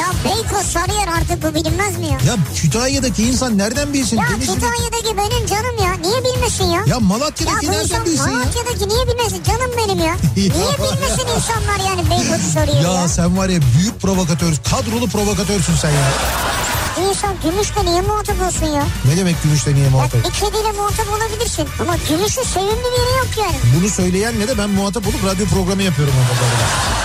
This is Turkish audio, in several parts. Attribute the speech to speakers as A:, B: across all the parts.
A: Ya Beykoz Sarıyer artık bu bilinmez mi ya?
B: Ya Kütahya'daki insan nereden bilsin?
A: Ya
B: Denizli'de-
A: Kütahya'daki benim canım ya. Niye bilmesin ya?
B: Ya
A: Ya
B: Malatya'daki
A: bu insan
B: nereden bilsin ya?
A: Malatya'daki niye bilmesin canım benim ya? Niye bilmesin insanlar yani Beykoz'u soruyor ya?
B: Ya sen var ya büyük provokatör, kadrolu provokatörsün sen ya.
A: İnsan gümüşle niye muhatap olsun ya?
B: Ne demek gümüşle niye
A: Bak
B: muhatap?
A: bir kediyle muhatap olabilirsin ama gümüşün sevimli bir yeri yok yani.
B: Bunu söyleyen ne de ben muhatap olup radyo programı yapıyorum. onunla beraber.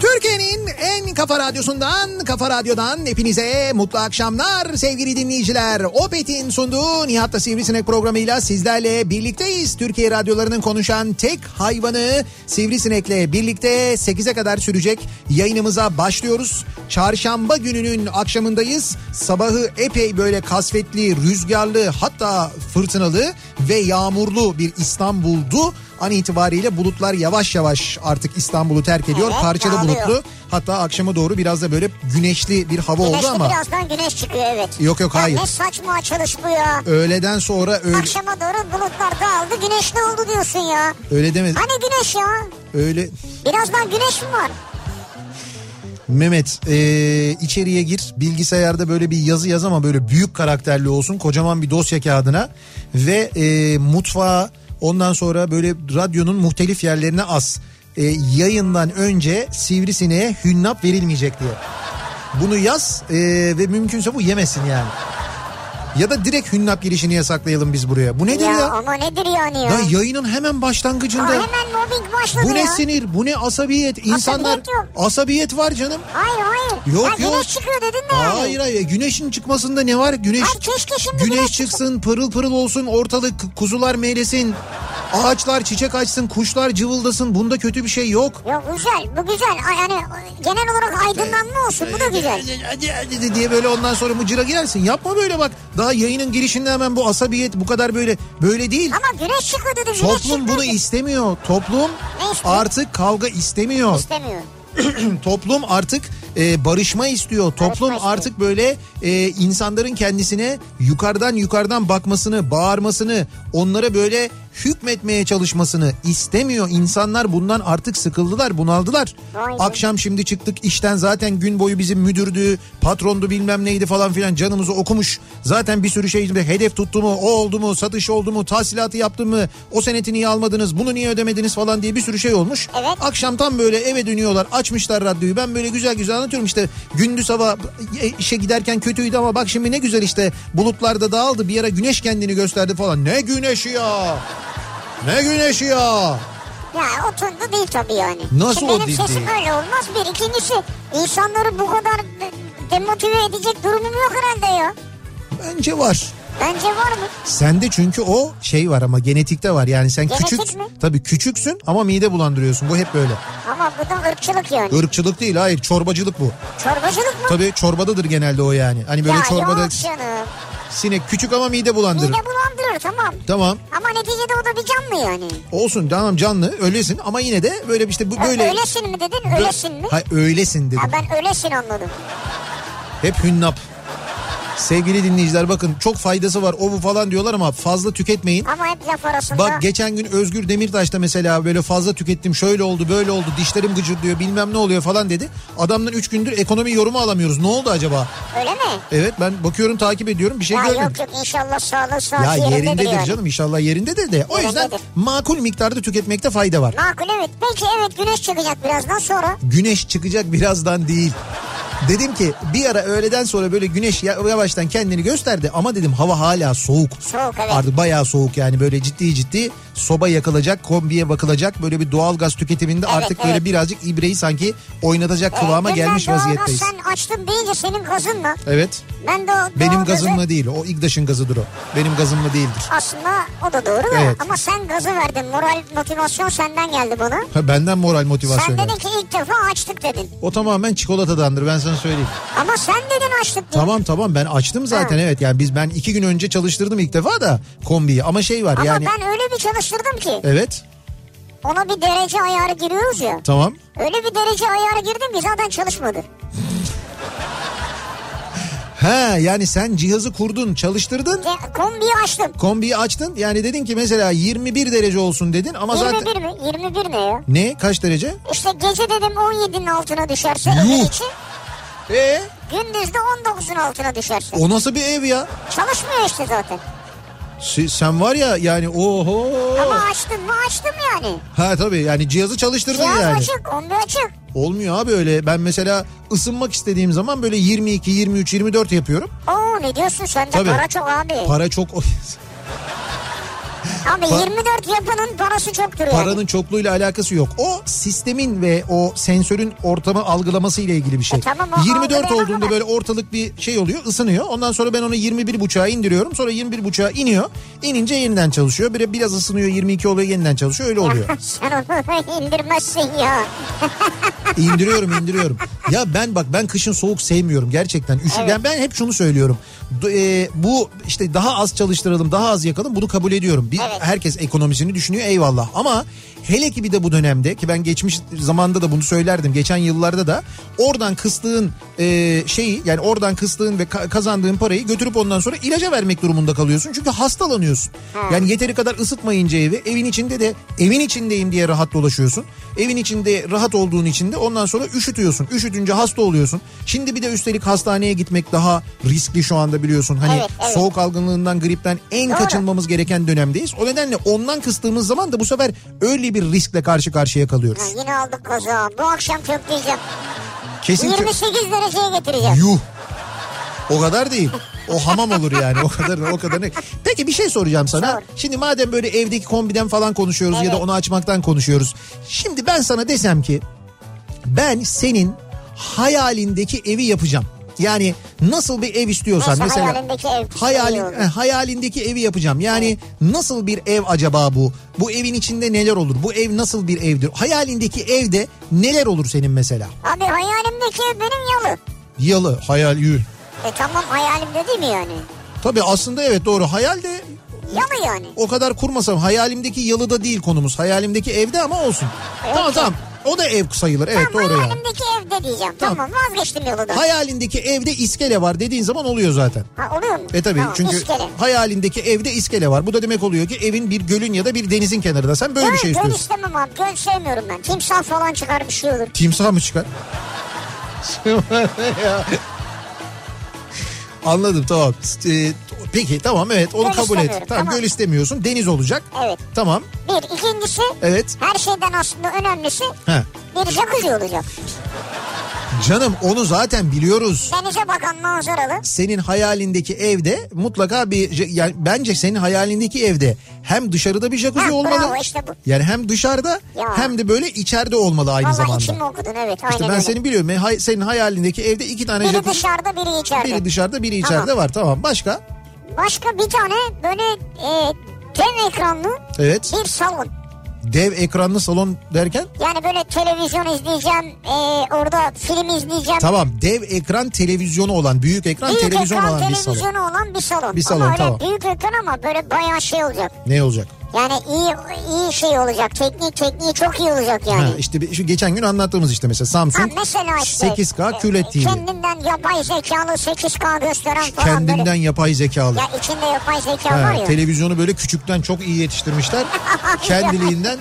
B: Türkiye'nin en kafa radyosundan, kafa radyodan hepinize mutlu akşamlar sevgili dinleyiciler. Opet'in sunduğu Nihat'la Sivrisinek programıyla sizlerle birlikteyiz. Türkiye radyolarının konuşan tek hayvanı Sivrisinek'le birlikte 8'e kadar sürecek yayınımıza başlıyoruz. Çarşamba gününün akşamındayız. Sabahı epey böyle kasvetli, rüzgarlı hatta fırtınalı ve yağmurlu bir İstanbul'du. An itibariyle bulutlar yavaş yavaş artık İstanbul'u terk ediyor.
A: Evet,
B: Parçalı
A: dağılıyor.
B: bulutlu. Hatta akşama doğru biraz da böyle güneşli bir hava oldu
A: Güneşli
B: ama
A: birazdan güneş çıkıyor evet.
B: Yok, yok,
A: Ya
B: hayır.
A: ne saçma açılış bu ya.
B: öğleden sonra öyle
A: Akşama doğru bulutlar dağıldı güneşli oldu diyorsun ya.
B: öyle deme
A: Hani güneş ya?
B: öyle
A: Birazdan güneş mi var?
B: Mehmet e, içeriye gir bilgisayarda böyle bir yazı yaz ama böyle büyük karakterli olsun kocaman bir dosya kağıdına ve e, mutfağa ondan sonra böyle radyonun muhtelif yerlerine as. E, yayından önce sivrisineğe hünnap verilmeyecek diye. Bunu yaz e, ve mümkünse bu yemesin yani. Ya da direkt hünnap girişini yasaklayalım biz buraya. Bu nedir
A: Ya,
B: ya?
A: ama nedir yani ya?
B: Ya yayının hemen
A: Aa,
B: başlangıcında.
A: hemen mobbing başladı
B: Bu
A: ya.
B: ne sinir, bu ne asabiyet. İnsanlar
A: Asabiyet yok.
B: asabiyet var canım.
A: Hayır hayır.
B: Yok,
A: ya güneş
B: yok.
A: çıkıyor dedin de yani.
B: Hayır hayır güneşin çıkmasında ne var? Güneş
A: Ay keşke şimdi
B: güneş
A: güneş
B: çıksın, pırıl pırıl olsun, ortalık kuzular meylesin. Ağaçlar çiçek açsın, kuşlar cıvıldasın. Bunda kötü bir şey yok.
A: Yok güzel bu güzel Ay, yani genel olarak aydınlanma olsun bu da güzel.
B: diye böyle ondan sonra mıcıra girersin. Yapma böyle bak. Daha yayının girişinde hemen bu asabiyet bu kadar böyle böyle değil.
A: Ama güneş çıkıyor dedi güneş
B: Toplum bunu
A: çıkıyor dedi.
B: istemiyor. Toplum
A: Ne istiyor?
B: artık kavga istemiyor.
A: istemiyor.
B: toplum artık e, barışma istiyor. toplum
A: istiyor.
B: artık böyle e, insanların kendisine yukarıdan yukarıdan bakmasını, bağırmasını, onlara böyle hükmetmeye çalışmasını istemiyor. İnsanlar bundan artık sıkıldılar, bunaldılar.
A: Vay be.
B: Akşam şimdi çıktık işten zaten gün boyu bizim müdürdü, patrondu bilmem neydi falan filan canımızı okumuş. Zaten bir sürü şey hedef tuttu mu, o oldu mu, satış oldu mu, tahsilatı yaptı mı, o seneti niye almadınız, bunu niye ödemediniz falan diye bir sürü şey olmuş.
A: Evet.
B: Akşam tam böyle eve dönüyorlar açmışlar radyoyu ben böyle güzel güzel anlatıyorum işte gündüz hava e, işe giderken kötüydü ama bak şimdi ne güzel işte bulutlarda dağıldı bir ara güneş kendini gösterdi falan ne güneşi ya ne güneşi ya
A: Ya oturdu değil tabii yani.
B: Nasıl
A: Şimdi
B: o
A: benim
B: değil
A: sesim
B: diye?
A: öyle olmaz bir. İkincisi insanları bu kadar de- demotive edecek durumum yok herhalde ya.
B: bence var.
A: Bence var mı?
B: Sende çünkü o şey var ama genetikte var yani sen
A: Genetik
B: küçük
A: mi?
B: tabii küçüksün ama mide bulandırıyorsun bu hep böyle.
A: Ama bu da ırkçılık yani.
B: Irkçılık değil hayır çorbacılık bu.
A: Çorbacılık mı?
B: Tabii çorbadadır genelde o yani. Hani böyle
A: ya
B: çorbada
A: yok canım.
B: sinek küçük ama mide bulandırır.
A: Mide bulandırır tamam.
B: Tamam.
A: Ama neticede o da bir can mı yani?
B: Olsun tamam canlı öylesin ama yine de böyle işte bu böyle.
A: Ö- Öylesin mi dedin? Öylesin mi?
B: Hayır öylesin dedim.
A: Ya ben öylesin anladım.
B: Hep hünnap. Sevgili dinleyiciler bakın çok faydası var o bu falan diyorlar ama fazla tüketmeyin.
A: Ama hep laf arasında.
B: Bak geçen gün Özgür Demirtaş'ta mesela böyle fazla tükettim şöyle oldu böyle oldu dişlerim gıcırdıyor bilmem ne oluyor falan dedi. Adamdan 3 gündür ekonomi yorumu alamıyoruz ne oldu acaba?
A: Öyle mi?
B: Evet ben bakıyorum takip ediyorum bir şey
A: ya
B: görmedim.
A: yok yok inşallah sağlığı
B: Ya
A: sağlığı
B: yerindedir
A: yani.
B: canım inşallah yerindedir de. O yüzden
A: Yerindedir.
B: makul miktarda tüketmekte fayda var.
A: Makul evet. Belki evet güneş çıkacak birazdan sonra.
B: Güneş çıkacak birazdan değil. Dedim ki bir ara öğleden sonra böyle güneş ya- yavaştan kendini gösterdi ama dedim hava hala soğuk.
A: Soğuk, evet.
B: Artık bayağı soğuk yani böyle ciddi ciddi soba yakılacak, kombiye bakılacak. Böyle bir doğal gaz tüketiminde
A: Evet,
B: artık böyle
A: evet.
B: birazcık ibreyi sanki oynatacak kıvama
A: Ee, dün ben
B: gelmiş
A: doğalgaz
B: vaziyetteyiz.
A: Sen açtın deyince senin gazınla.
B: Evet.
A: Ben de o
B: Benim
A: doğalgazı-
B: gazımla değil. O İgdaş'ın gazıdır o. Benim gazımla değildir.
A: Aslında o da doğru da
B: Evet.
A: ama sen gazı verdin. Moral motivasyon senden geldi buna.
B: Ha, Benden moral motivasyon.
A: Sen
B: yani.
A: dedin ki ilk defa açtık dedin.
B: O tamamen çikolatadandır ben sana söyleyeyim.
A: Ama sen dedin açtık diye.
B: Tamam tamam ben açtım zaten
A: Ha.
B: evet yani biz ben iki gün önce çalıştırdım ilk defa da kombiyi ama şey var
A: Ama
B: yani.
A: ben öyle bir çalıştırdım ki
B: Evet
A: ona bir derece ayarı giriyoruz ya.
B: tamam
A: Öyle bir derece ayarı girdim ki zaten çalışmadı.
B: ha yani sen cihazı kurdun çalıştırdın
A: Ve kombiyi açtım.
B: kombiyi açtın yani dedin ki mesela 21 derece olsun dedin ama zaten
A: 21 mi? 21 ne ya?
B: ne kaç derece?
A: İşte gece dedim 17'nin altına düşerse
B: Yuh.
A: evin içi.
B: E
A: Gündüz de 19'un altına düşerse.
B: o nasıl bir ev ya?
A: Çalışmıyor işte zaten.
B: Si- sen var ya yani oho.
A: Ama açtım mı açtım yani.
B: Ha tabii yani cihazı çalıştırdın
A: Cihaz
B: yani.
A: açık, kombi açık.
B: Olmuyor abi öyle. Ben mesela ısınmak istediğim zaman böyle 22, 23, 24 yapıyorum.
A: Oo ne diyorsun sen de
B: Tabii.
A: para çok abi.
B: Para çok
A: abi
B: pa-
A: 24 yapanın parası çoktur yani.
B: Paranın çokluğuyla alakası yok. O sistemin ve o sensörün ortamı algılaması ile ilgili bir şey.
A: E tamam, o
B: 24
A: algılayana
B: olduğunda
A: kadar.
B: böyle ortalık bir şey oluyor, ısınıyor. Ondan sonra ben onu 21.5'a indiriyorum. Sonra 21.5'a iniyor. İnince yeniden çalışıyor. Bir biraz ısınıyor, 22 oluyor, yeniden çalışıyor. Öyle oluyor.
A: sen onu indirmezsin ya.
B: indiriyorum, indiriyorum. Ya ben bak ben kışın soğuk sevmiyorum gerçekten. Üşü,
A: Evet.
B: ben, ben hep şunu söylüyorum. Du- e, bu işte daha az çalıştıralım, daha az yakalım bunu kabul ediyorum. Bir
A: Evet.
B: herkes ekonomisini düşünüyor eyvallah ama hele ki bir de bu dönemde ki ben geçmiş zamanda da bunu söylerdim geçen yıllarda da oradan kıstığın e, şeyi yani oradan kıstığın ve ka- kazandığın parayı götürüp ondan sonra ilaca vermek durumunda kalıyorsun çünkü hastalanıyorsun. Yani yeteri kadar ısıtmayınca evi evin içinde de evin içindeyim diye rahat dolaşıyorsun. Evin içinde rahat olduğun için de ondan sonra üşütüyorsun. Üşütünce hasta oluyorsun. Şimdi bir de üstelik hastaneye gitmek daha riskli şu anda biliyorsun. Hani
A: Evet, evet.
B: soğuk algınlığından gripten en
A: Doğru.
B: kaçınmamız gereken dönemdeyiz. O nedenle ondan kıstığımız zaman da bu sefer öyle bir riskle karşı karşıya kalıyoruz.
A: Ha, yine aldık kaza. Bu akşam kökleyeceğim.
B: Kesin ki-
A: 28 dereceye getireceğim.
B: Yuh. O kadar değil. O hamam olur yani o kadar o kadar. ne- Peki bir şey soracağım sana.
A: Sor.
B: Şimdi madem böyle evdeki kombiden falan konuşuyoruz ya da
A: Evet.
B: onu açmaktan konuşuyoruz. Şimdi ben sana desem ki ben senin hayalindeki evi yapacağım. Yani nasıl bir ev istiyorsan
A: Neyse,
B: mesela
A: hayalindeki ev.
B: hayalin
A: İyi olur.
B: eh, hayalindeki evi yapacağım. Yani nasıl bir ev acaba bu? Bu evin içinde neler olur? Bu ev nasıl bir evdir? Hayalindeki evde neler olur senin mesela?
A: Abi hayalimdeki ev benim yalı.
B: Yalı, hayal, yürü.
A: E tamam hayalimde değil mi yani?
B: Tabii aslında evet doğru. Hayal de
A: Yalı yani.
B: o kadar kurmasam hayalimdeki yalıda değil konumuz. Hayalimdeki evde ama olsun. Tamam tamam. O da ev sayılır. Evet
A: tamam
B: doğru yani.
A: hayalimdeki evde diyeceğim.
B: Tamam.
A: Tamam, vazgeçtim yoludan.
B: Hayalindeki evde iskele var dediğin zaman oluyor zaten.
A: Ha, oluyor mu?
B: E tabii
A: Tamam,
B: çünkü
A: iskele.
B: hayalindeki evde iskele var. Bu da demek oluyor ki evin bir gölün ya da bir denizin kenarında. Sen böyle
A: Göl,
B: bir şey
A: göl
B: istiyorsun.
A: istemem abi. Göl sevmiyorum ben. Timsah falan çıkar bir şey olur.
B: Timsah mı çıkar? Ya. Anladım tamam. Ee, peki tamam evet onu
A: Göl
B: kabul et. Tamam,
A: istemiyorum, tamam.
B: göl istemiyorsun. Deniz olacak.
A: Evet.
B: Tamam.
A: Bir. ikincisi
B: Evet.
A: her şeyden aslında önemlisi
B: He.
A: bir jacuzzi olacak.
B: Canım onu zaten biliyoruz.
A: Denize bakan manzaralı.
B: Senin hayalindeki evde mutlaka bir je- yani bence senin hayalindeki evde hem dışarıda bir jacuzzi
A: Ha,
B: olmalı.
A: bravo, işte bu.
B: Yani hem dışarıda
A: Ya.
B: hem de böyle içeride olmalı aynı
A: Valla
B: zamanda.
A: içimi okudun evet.
B: İşte ben
A: aynen öyle.
B: seni biliyorum. Ben hay- Senin hayalindeki evde iki tane
A: Biri
B: jacuzzi
A: dışarıda biri içeride.
B: biri dışarıda biri içeride
A: Tamam.
B: var. Tamam başka?
A: Başka bir tane böyle e, dev ekranlı
B: Evet.
A: bir salon.
B: Dev ekranlı salon derken
A: Yani böyle televizyon izleyeceğim, e, orada film izleyeceğim.
B: tamam dev ekran televizyonu olan büyük ekran
A: Büyük
B: televizyon
A: ekran
B: olan bir salon.
A: televizyonu olan bir salon.
B: Bir salon,
A: ama öyle
B: tamam.
A: büyük ekran ama böyle bayağı şey olacak.
B: Ne olacak?
A: Yani iyi iyi şey olacak. Teknik tekniği çok iyi olacak yani.
B: Ha, işte bir- şu geçen gün anlattığımız işte mesela Samsung
A: Ha, mesela işte
B: 8K
A: e,
B: QLED TV.
A: Kendinden yapay zekalı 8K gösteren falan
B: Kendinden
A: böyle.
B: yapay zekalı.
A: Ya içinde yapay zeka
B: Ha,
A: var ya.
B: televizyonu böyle küçükten çok iyi yetiştirmişler. Kendiliğinden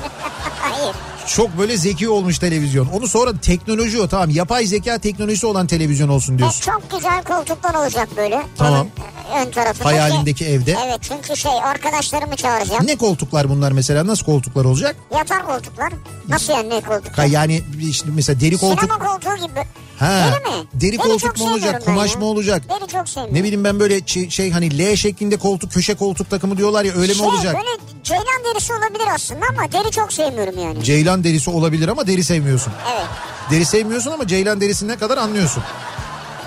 A: Hayır.
B: çok böyle zeki olmuş televizyon. Onu sonra teknoloji o tamam yapay zeka teknolojisi olan televizyon olsun
A: E,
B: diyorsun.
A: çok güzel koltuklar olacak böyle.
B: Tamam.
A: Onun, e, Ön tarafında.
B: Hayalindeki evde.
A: Evet çünkü şey arkadaşlarımı çağıracağım.
B: Ne koltuklar bunlar mesela nasıl koltuklar olacak?
A: Yatar koltuklar. Nasıl yani ne
B: Ha,
A: koltuklar?
B: yani işte mesela deri koltuk
A: Sinema koltuğu gibi.
B: Ha,
A: Deri mi?
B: deri koltuk
A: çok
B: mu olacak,
A: sevmiyorum ben
B: kumaş
A: ya.
B: mı olacak?
A: Deri çok sevmiyorum.
B: ne bileyim ben böyle çi- şey hani L şeklinde koltuk köşe koltuk takımı diyorlar ya öyle mi
A: Şey,
B: olacak?
A: Böyle ceylan derisi olabilir aslında ama deri çok sevmiyorum yani.
B: Ceylan derisi olabilir ama deri sevmiyorsun.
A: evet.
B: Deri sevmiyorsun ama ceylan derisinden kadar anlıyorsun.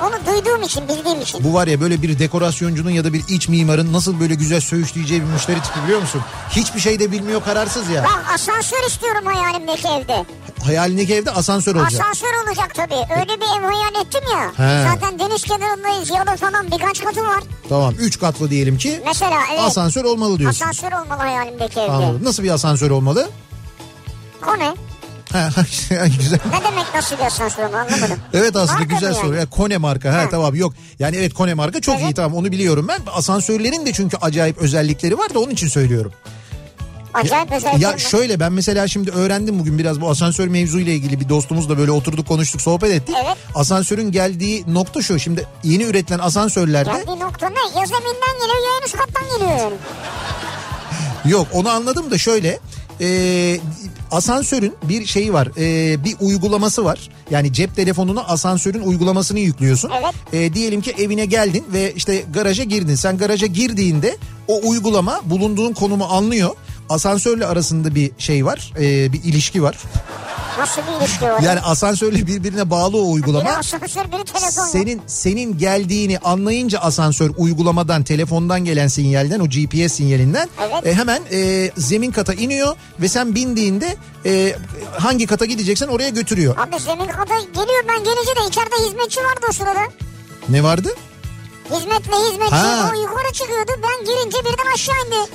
A: Onu duyduğum için bildiğim için.
B: Bu var ya böyle bir dekorasyoncunun ya da bir iç mimarın nasıl böyle güzel söğüşleyeceği bir müşteri tipi biliyor musun? Hiçbir şey de bilmiyor kararsız ya.
A: Ben asansör istiyorum hayalimdeki evde.
B: Hayalindeki evde asansör olacak.
A: Asansör olacak tabii. Öyle bir ev hayal ettim ya.
B: He.
A: Zaten deniz kenarındayız. Yalı falan birkaç katı var.
B: Tamam 3 katlı diyelim ki
A: Mesela evet.
B: asansör olmalı diyorsun.
A: Asansör olmalı hayalimdeki evde.
B: Anladım. Nasıl bir asansör olmalı?
A: O ne?
B: Ha, güzel.
A: Ne demek nasıl bir asansör olmalı anlamadım.
B: Evet aslında
A: Marka
B: güzel
A: mı
B: soru.
A: yani?
B: Ya, Kone marka. Ha,
A: Ha.
B: tamam yok. Yani evet Kone marka çok
A: Evet.
B: iyi tamam onu biliyorum ben. Asansörlerin de çünkü acayip özellikleri var da onun için söylüyorum.
A: Acayip özel.
B: Ya şöyle ben mesela şimdi öğrendim bugün biraz bu asansör mevzuyla ilgili bir dostumuzla böyle oturduk konuştuk sohbet ettik.
A: Evet.
B: Asansörün geldiği nokta şu şimdi yeni üretilen asansörlerde
A: Geldiği nokta ne? Ya zeminden geliyor ya en üst kattan geliyor yani.
B: yok onu anladım da şöyle e, asansörün bir şeyi var e, bir uygulaması var. Yani cep telefonuna asansörün uygulamasını yüklüyorsun.
A: Evet.
B: E, diyelim ki evine geldin ve işte garaja girdin. Sen garaja girdiğinde o uygulama bulunduğun konumu anlıyor. Asansörle arasında bir şey var, e, bir ilişki var.
A: Nasıl bir ilişki var?
B: Yani asansörle birbirine bağlı o
A: Biri
B: uygulama.
A: asansör biri telefon.
B: Senin senin geldiğini anlayınca asansör uygulamadan telefondan gelen sinyalden o GPS sinyalinden
A: Evet.
B: e, hemen e, zemin kata iniyor ve sen bindiğinde e, hangi kata gideceksen oraya götürüyor.
A: Abi zemin kata geliyor ben gelince de içeride hizmetçi vardı o sırada.
B: Ne vardı?
A: Hizmetle hizmetçi
B: Ha.
A: o yukarı çıkıyordu ben girince birden aşağı indi.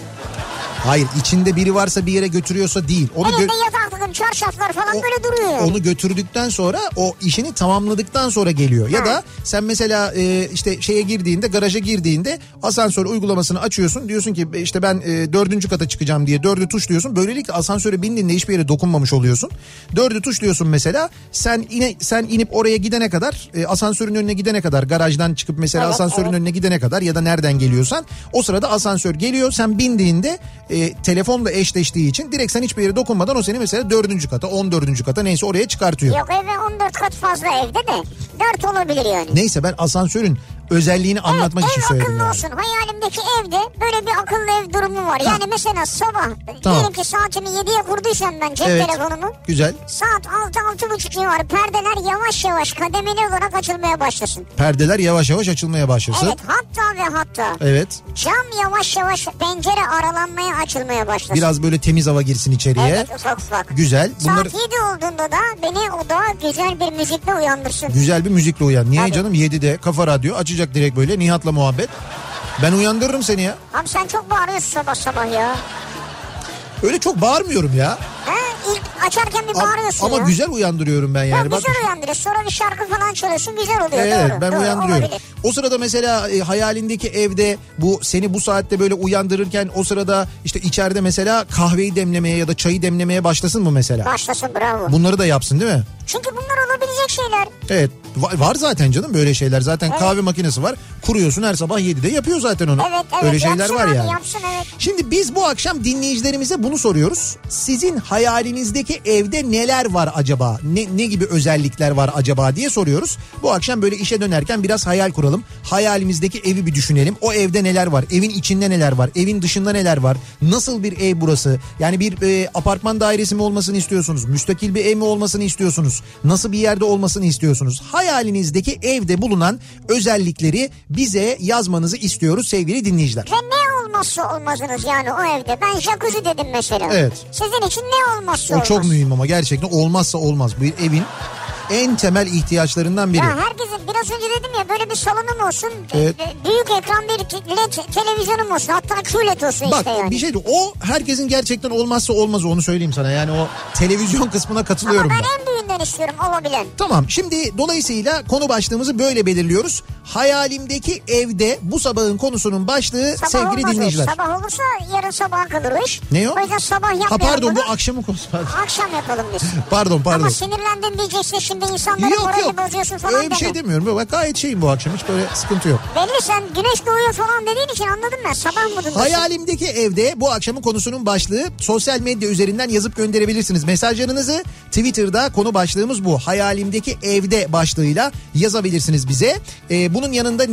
B: Hayır içinde biri varsa bir yere götürüyorsa değil. Onu gö-
A: Elinde yataklıkım çarşaflar falan
B: O-
A: böyle duruyor yani.
B: onu götürdükten sonra o işini tamamladıktan sonra geliyor. Ya da sen mesela e, işte şeye girdiğinde garaja girdiğinde asansör uygulamasını açıyorsun. Diyorsun ki "E, işte ben e, dördüncü kata çıkacağım diye dördü tuşluyorsun. Böylelikle asansöre bindiğinde hiçbir yere dokunmamış oluyorsun. Dördü tuşluyorsun mesela sen ine, sen inip oraya gidene kadar e, asansörün önüne gidene kadar garajdan çıkıp mesela
A: Evet,
B: asansörün
A: evet.
B: önüne gidene kadar ya da nereden geliyorsan o sırada asansör geliyor. Sen bindiğinde e, telefonla eşleştiği için direkt sen hiçbir yere dokunmadan o seni mesela dördüncü kata 14. kata neyse oraya çıkartıyor.
A: Yok eve 14 kat fazla evde de 4 olabilir yani.
B: Neyse ben asansörün özelliğini anlatmak
A: evet,
B: için
A: ev
B: söyledim.
A: akıllı
B: yani.
A: olsun. Hayalimdeki evde böyle bir akıllı ev durumu var. Yani mesela sabah
B: Tamam.
A: diyelim ki saatimi 7'ye kurduysam ben cep
B: Evet.
A: telefonumu.
B: Güzel.
A: Saat 6-6.30 civarı perdeler yavaş yavaş kademeli olarak açılmaya başlasın.
B: Perdeler yavaş yavaş açılmaya başlasın.
A: Evet hatta ve hatta
B: Evet.
A: cam yavaş yavaş pencere aralanmaya açılmaya başlasın.
B: Biraz böyle temiz hava girsin içeriye.
A: Evet ufak ufak.
B: Güzel. Bunları
A: Saat 7 olduğunda da beni odağa güzel bir müzikle uyandırsın.
B: güzel bir müzikle uyan. Niye
A: Tabii.
B: canım 7'de Kafa Radyo açacak direkt böyle Nihat'la muhabbet. Ben uyandırırım seni ya.
A: Abi sen çok bağırıyorsun sabah sabah ya.
B: Öyle çok bağırmıyorum ya.
A: Ha, ilk açarken bir
B: Ama-
A: bağırıyorsun
B: Ama
A: ya.
B: güzel uyandırıyorum ben yani.
A: Ya
B: Bak-
A: güzel uyandırıyor. Sonra bir şarkı falan çalıyorsun güzel oluyor.
B: Evet
A: doğru,
B: ben
A: doğru,
B: uyandırıyorum.
A: Olabilir.
B: O sırada mesela e, hayalindeki evde bu seni bu saatte böyle uyandırırken o sırada işte içeride mesela kahveyi demlemeye ya da çayı demlemeye başlasın mı mesela?
A: Başlasın bravo.
B: Bunları da yapsın değil mi?
A: Çünkü bunlar olabilecek şeyler.
B: Evet va- var zaten canım böyle şeyler zaten
A: Evet.
B: kahve makinesi var kuruyorsun her sabah 7'de yapıyor zaten onu.
A: Evet evet
B: Öyle şeyler
A: yapsın
B: var
A: abi
B: yani.
A: yapsın evet.
B: Şimdi biz bu akşam dinleyicilerimize bunu soruyoruz. Sizin hayalinizdeki evde neler var acaba? Ne, ne gibi özellikler var acaba diye soruyoruz. Bu akşam böyle işe dönerken biraz hayal kuralım. Hayalimizdeki evi bir düşünelim. O evde neler var? Evin içinde neler var? Evin dışında neler var? Nasıl bir ev burası? Yani bir e, apartman dairesi mi olmasını istiyorsunuz? Müstakil bir ev mi olmasını istiyorsunuz? Nasıl bir yerde olmasını istiyorsunuz? Hayalinizdeki evde bulunan özellikleri bize yazmanızı istiyoruz sevgili dinleyiciler.
A: Ve ne olmazsa olmazınız yani o evde. Ben jacuzzi dedim mesela.
B: Evet.
A: Sizin için ne olmazsa
B: O
A: olmaz.
B: çok mühim ama gerçekten olmazsa olmaz. Bir evin en temel ihtiyaçlarından biri.
A: Ya herkesin biraz önce dedim ya böyle bir salonum olsun.
B: Evet.
A: e, Büyük ekran bir ki- led televizyonum olsun. Hatta QLED olsun
B: Bak
A: işte yani.
B: bir şey de o herkesin gerçekten olmazsa olmazı onu söyleyeyim sana. Yani o televizyon kısmına
A: Ama
B: katılıyorum
A: ben
B: ben.
A: en büyüğünden istiyorum olabilen.
B: Tamam şimdi dolayısıyla konu başlığımızı böyle belirliyoruz. Hayalimdeki evde bu sabahın konusunun başlığı
A: Sabah
B: sevgili
A: olmaz o.
B: dinleyiciler.
A: Sabah olursa yarın sabaha kalır o iş.
B: Ne o?
A: O yüzden sabah
B: Ha
A: yapmayalım
B: pardon bu
A: bunu.
B: akşamın konusu. Pardon.
A: Akşam yapalım biz.
B: Pardon pardon.
A: Ama sinirlendin diyeceksin şimdi insanların
B: Yok
A: moralini
B: yok.
A: bozuyorsun falan
B: Öyle bir
A: deme.
B: şey demiyorum. Yok, bak gayet şeyim bu akşam hiç böyle sıkıntı yok.
A: Belli sen güneş doğuyor falan dediğin için anladım ben. Sabah modundasın.
B: Hayalimdeki evde bu akşamın konusunun başlığı sosyal medya üzerinden yazıp gönderebilirsiniz mesajlarınızı. Twitter'da konu başlığımız bu. Hayalimdeki evde başlığıyla yazabilirsiniz bize. Ee, bunun yanında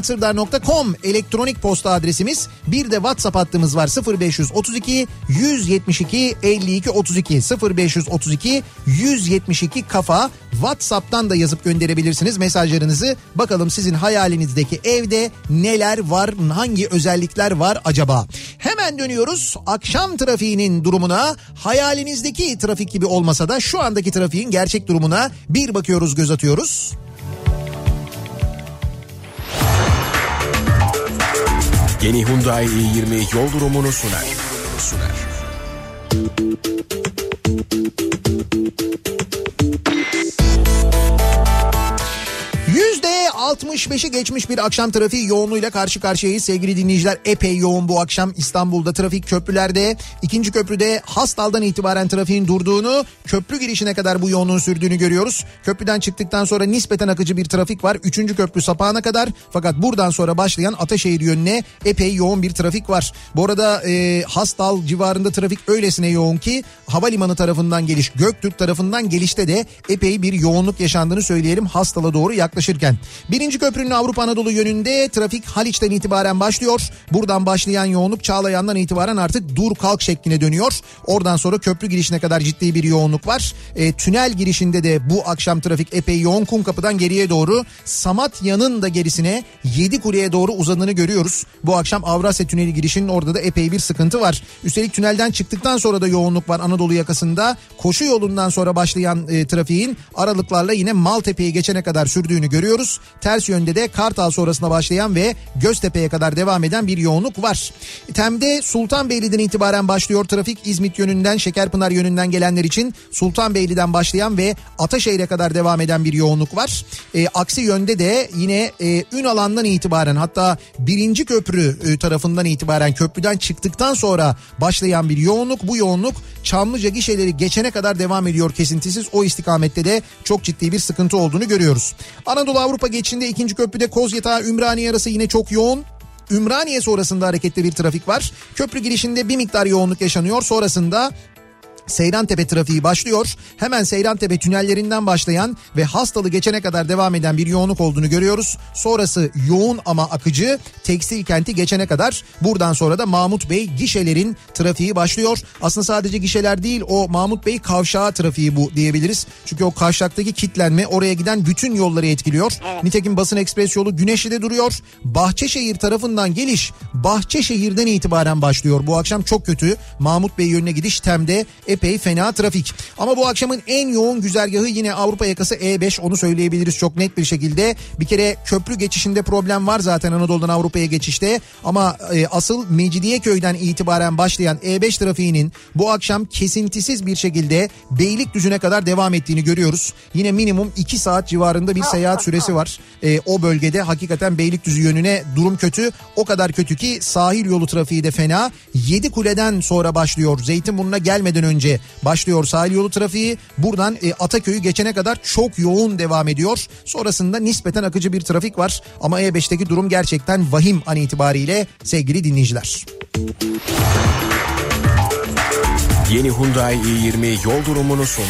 B: nihatetnihatsırdar.com elektronik posta adresimiz. Bir de WhatsApp hattımız var 0532 172 52 32 0532 172 kafa WhatsApp'tan da yazıp gönderebilirsiniz mesajlarınızı. Bakalım sizin hayalinizdeki evde neler var, hangi özellikler var acaba? Hemen dönüyoruz akşam trafiğinin durumuna. Hayalinizdeki trafik gibi olmasa da şu andaki trafiğin gerçek durumuna bir bakıyoruz, göz atıyoruz.
C: Yeni Hyundai i20 yol durumunu sunar.
B: %65'i geçmiş bir akşam trafiği yoğunluğuyla karşı karşıyayız. Sevgili dinleyiciler epey yoğun bu akşam İstanbul'da trafik köprülerde. ikinci köprüde Hastal'dan itibaren trafiğin durduğunu, köprü girişine kadar bu yoğunluğun sürdüğünü görüyoruz. Köprüden çıktıktan sonra nispeten akıcı bir trafik var. Üçüncü köprü sapağına kadar fakat buradan sonra başlayan Ataşehir yönüne epey yoğun bir trafik var. Bu arada e, Hastal civarında trafik öylesine yoğun ki havalimanı tarafından geliş, Göktürk tarafından gelişte de epey bir yoğunluk yaşandığını söyleyelim Hastal'a doğru yaklaşırken. Birinci köprünün Avrupa Anadolu yönünde trafik Haliç'ten itibaren başlıyor. Buradan başlayan yoğunluk Çağlayan'dan itibaren artık dur kalk şekline dönüyor. Oradan sonra köprü girişine kadar ciddi bir yoğunluk var. E, tünel girişinde de bu akşam trafik epey yoğun. Kumkapı'dan geriye doğru Samatya'nın da gerisine 7 kuleye doğru uzandığını görüyoruz. Bu akşam Avrasya Tüneli girişinin orada da epey bir sıkıntı var. Üstelik tünelden çıktıktan sonra da yoğunluk var Anadolu yakasında. Koşu yolundan sonra başlayan e, trafiğin aralıklarla yine Maltepe'yi geçene kadar sürdüğünü görüyoruz. Ters yönde de Kartal sonrasında başlayan ve Göztepe'ye kadar devam eden bir yoğunluk var. Tem'de Sultanbeyli'den itibaren başlıyor trafik İzmit yönünden Şekerpınar yönünden gelenler için Sultanbeyli'den başlayan ve Ataşehir'e kadar devam eden bir yoğunluk var. E, aksi yönde de yine e, Ünalan'dan itibaren hatta birinci köprü e, tarafından itibaren köprüden çıktıktan sonra başlayan bir yoğunluk. Bu yoğunluk Çamlıca gişeleri geçene kadar devam ediyor kesintisiz. O istikamette de çok ciddi bir sıkıntı olduğunu görüyoruz. Anadolu Avrupa geçişinde ikinci köprüde Kozyatağı Ümraniye arası yine çok yoğun. Ümraniye sonrasında hareketli bir trafik var. Köprü girişinde bir miktar yoğunluk yaşanıyor. Sonrasında Seyrantepe trafiği başlıyor. Hemen Seyrantepe tünellerinden başlayan ve hastalı geçene kadar devam eden bir yoğunluk olduğunu görüyoruz. Sonrası yoğun ama akıcı tekstil kenti geçene kadar buradan sonra da Mahmut Bey gişelerin trafiği başlıyor. Aslında sadece gişeler değil o Mahmut Bey kavşağı trafiği bu diyebiliriz. Çünkü o kavşaktaki kitlenme oraya giden bütün yolları etkiliyor. Nitekim basın ekspres yolu Güneşli'de duruyor. Bahçeşehir tarafından geliş Bahçeşehir'den itibaren başlıyor. Bu akşam çok kötü. Mahmut Bey yönüne gidiş Tem'de epey fena trafik. Ama bu akşamın en yoğun güzergahı yine Avrupa yakası E5 onu söyleyebiliriz çok net bir şekilde. Bir kere köprü geçişinde problem var zaten Anadolu'dan Avrupa'ya geçişte. Ama e, asıl Mecidiyeköy'den itibaren başlayan E5 trafiğinin bu akşam kesintisiz bir şekilde Beylikdüzü'ne kadar devam ettiğini görüyoruz. Yine minimum 2 saat civarında bir seyahat süresi var. E, o bölgede hakikaten Beylikdüzü yönüne durum kötü. O kadar kötü ki sahil yolu trafiği de fena. 7 kuleden sonra başlıyor. Zeytinburnu'na gelmeden önce başlıyor sahil yolu trafiği. Buradan e, Ataköy'ü geçene kadar çok yoğun devam ediyor. Sonrasında nispeten akıcı bir trafik var. Ama E5'teki durum gerçekten vahim an itibariyle sevgili dinleyiciler.
C: Yeni Hyundai i20 yol durumunu sunar.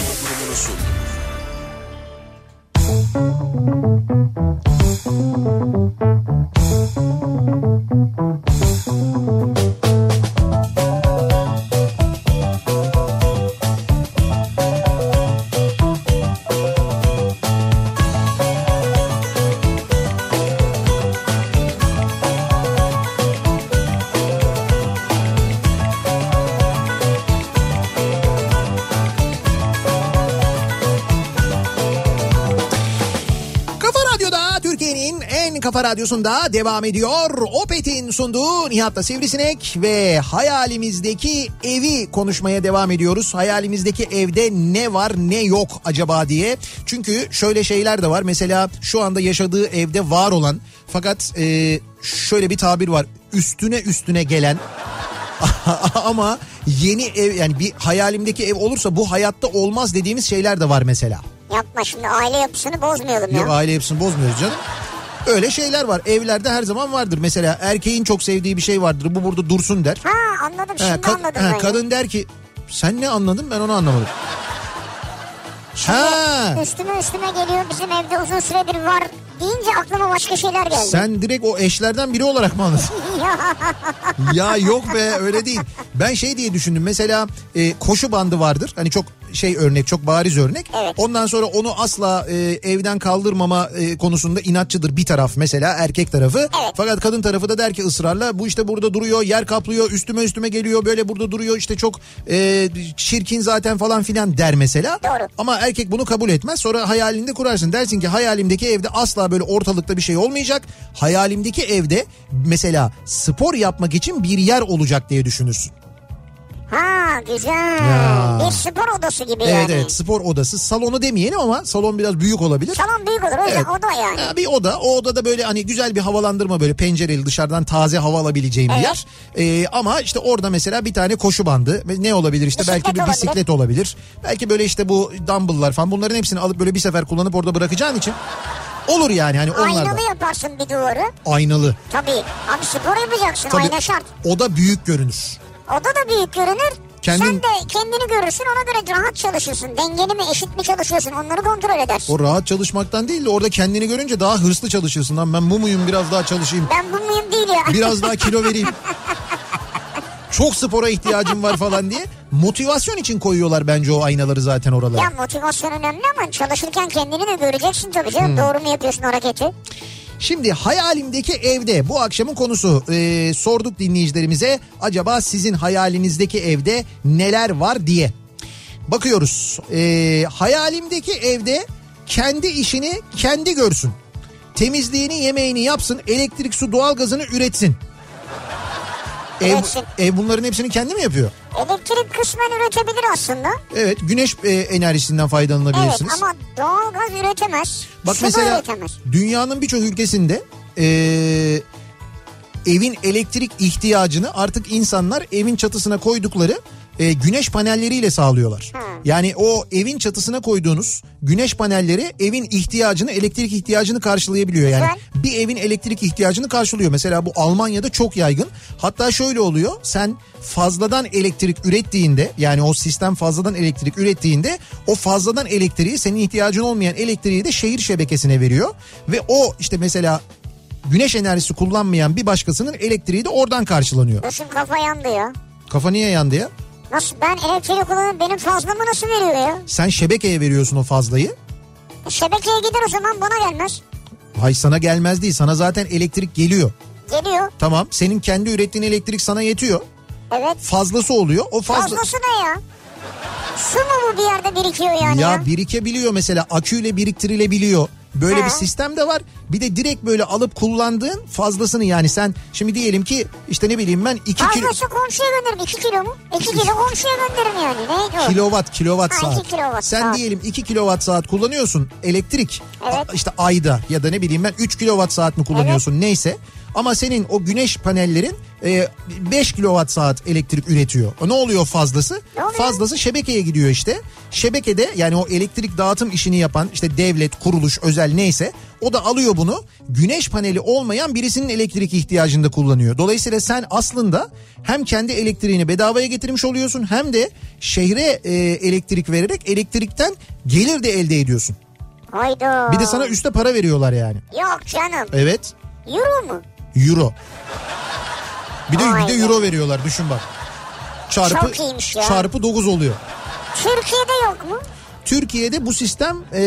B: Kafa Radyosu'nda devam ediyor. Opet'in sunduğu Nihat'la Sivrisinek ve hayalimizdeki evi konuşmaya devam ediyoruz. Hayalimizdeki evde ne var ne yok acaba diye. Çünkü şöyle şeyler de var. Mesela şu anda yaşadığı evde var olan fakat e, şöyle bir tabir var. Üstüne üstüne gelen ama yeni ev yani bir hayalimdeki ev olursa bu hayatta olmaz dediğimiz şeyler de var mesela.
A: Yapma şimdi aile yapısını bozmayalım ya.
B: Yok aile hepsini bozmuyoruz canım. Öyle şeyler var. Evlerde her zaman vardır. Mesela erkeğin çok sevdiği bir şey vardır. Bu burada dursun der.
A: Ha anladım
B: He,
A: şimdi
B: ka-
A: anladım
B: he,
A: ben.
B: kadın der ki sen ne anladın ben onu anlamadım. Ha,
A: Üstüme üstüme geliyor bizim evde uzun süredir var deyince aklıma başka şeyler geldi.
B: sen direkt o eşlerden biri olarak mı anladın?
A: Ya,
B: ya yok be öyle değil. Ben şey diye düşündüm. Mesela e, koşu bandı vardır. Hani çok şey örnek çok bariz örnek.
A: Evet.
B: Ondan sonra onu asla e, evden kaldırmama e, konusunda inatçıdır bir taraf mesela erkek tarafı. Fakat kadın tarafı da der ki ısrarla bu işte burada duruyor yer kaplıyor üstüme üstüme geliyor böyle burada duruyor işte çok e, çirkin zaten falan filan der mesela.
A: Doğru.
B: Ama erkek bunu kabul etmez. Sonra hayalinde kurarsın. Dersin ki hayalimdeki evde asla böyle ortalıkta bir şey olmayacak. Hayalimdeki evde mesela spor yapmak için bir yer olacak diye düşünürsün.
A: ha güzel.
B: Ya.
A: Bir spor odası gibi
B: Evet
A: yani.
B: evet spor odası. Salonu demeyelim ama salon biraz büyük olabilir.
A: Salon büyük olur o yüzden
B: Evet.
A: oda yani.
B: Ha, Bir oda. O odada böyle hani güzel bir havalandırma böyle pencereli dışarıdan taze hava alabileceğim bir yer. Ee, ama işte orada mesela bir tane koşu bandı. Ne olabilir işte
A: Bisiklet
B: belki bir
A: olabilir.
B: bisiklet olabilir. Belki böyle işte bu dumbbell'lar falan bunların hepsini alıp böyle bir sefer kullanıp orada bırakacağın için olur yani hani onlar da.
A: Aynalı yaparsın bir duvarı.
B: Aynalı.
A: Tabii. Abi spor yapacaksın
B: Tabii.
A: ayna şart.
B: O da büyük görünür.
A: Oda da büyük görünür.
B: Kendin-
A: Sen de kendini görürsün ona göre rahat çalışırsın. Dengeli mi eşit mi çalışıyorsun onları kontrol edersin.
B: O rahat çalışmaktan değil de orada kendini görünce daha hırslı çalışırsın. Lan ben bu muyum biraz daha çalışayım.
A: Ben bu muyum değil ya.
B: Biraz daha kilo vereyim. Çok spora ihtiyacım var falan diye. Motivasyon için koyuyorlar bence o aynaları zaten
A: Ya
B: oralara.
A: motivasyon önemli ama çalışırken kendini de göreceksin tabii canım.
B: Hmm.
A: Doğru mu yapıyorsun hareketi?
B: Şimdi hayalimdeki evde bu akşamın konusu Ee, sorduk dinleyicilerimize acaba sizin hayalinizdeki evde neler var diye. Bakıyoruz Ee, hayalimdeki evde kendi işini kendi görsün. Temizliğini yemeğini yapsın elektrik su doğalgazını üretsin. Ev,
A: Üretsin.
B: ev bunların hepsini kendi mi yapıyor?
A: Elektrik kısmen üretebilir aslında.
B: Evet güneş e, enerjisinden
A: Evet
B: faydalanabilirsiniz.
A: ama doğalgaz üretemez.
B: Bak
A: Su da
B: mesela
A: üretemez.
B: dünyanın birçok ülkesinde e, eee, evin elektrik ihtiyacını artık insanlar evin çatısına koydukları e, güneş panelleriyle sağlıyorlar. Yani o evin çatısına koyduğunuz güneş panelleri evin ihtiyacını elektrik ihtiyacını karşılayabiliyor. Yani
A: Güzel.
B: bir evin elektrik ihtiyacını karşılıyor. Mesela bu Almanya'da çok yaygın. Hatta şöyle oluyor. Sen fazladan elektrik ürettiğinde yani o sistem fazladan elektrik ürettiğinde o fazladan elektriği senin ihtiyacın olmayan elektriği de şehir şebekesine veriyor ve o işte mesela güneş enerjisi kullanmayan bir başkasının elektriği de oradan karşılanıyor.
A: Nasıl kafa yandı ya?
B: Kafa niye yandı ya?
A: Nasıl ben elektriği kullanıp benim fazlamı nasıl veriyor ya?
B: Sen şebekeye veriyorsun o fazlayı.
A: E, Şebekeye gider o zaman bana gelmez.
B: Hay sana gelmez değil sana zaten elektrik geliyor.
A: Geliyor.
B: Tamam senin kendi ürettiğin elektrik sana yetiyor.
A: Evet.
B: Fazlası oluyor. O fazla...
A: Fazlası ne ya? Su mu bu bir yerde birikiyor yani ya?
B: Ya birikebiliyor mesela aküyle biriktirilebiliyor. Böyle
A: He.
B: bir sistem de var. Bir de direkt böyle alıp kullandığın fazlasını yani sen şimdi diyelim ki işte ne bileyim ben 2 kilo,
A: Fazlası komşuya gönderirim. 2 kilo mu? 2 kilo komşuya gönderirim yani. Ne? o?
B: kilowatt kilowatt
A: Ha,
B: saat.
A: iki kilowatt
B: sen
A: saat.
B: diyelim 2 kilowatt saat kullanıyorsun elektrik.
A: Evet.
B: A- işte ayda ya da ne bileyim ben 3 kilowatt saat mi kullanıyorsun neyse. Ama senin o güneş panellerin 5 kilowatt saat elektrik üretiyor. O Ne oluyor fazlası?
A: Ne oluyor?
B: Fazlası şebekeye gidiyor işte. Şebekede yani o elektrik dağıtım işini yapan işte devlet, kuruluş, özel neyse o da alıyor bunu. Güneş paneli olmayan birisinin elektrik ihtiyacında kullanıyor. Dolayısıyla sen aslında hem kendi elektriğini bedavaya getirmiş oluyorsun hem de şehre e, elektrik vererek elektrikten gelir de elde ediyorsun.
A: Hayda.
B: Bir de sana E- üste para veriyorlar yani.
A: Yok canım.
B: Evet.
A: Euro mu?
B: Euro. Bir de bir
A: Vay
B: de
A: be.
B: euro veriyorlar düşün bak. Çarpı
A: Çok iyiymiş ya.
B: çarpı 9 oluyor.
A: Türkiye'de yok mu?
B: Türkiye'de bu sistem e,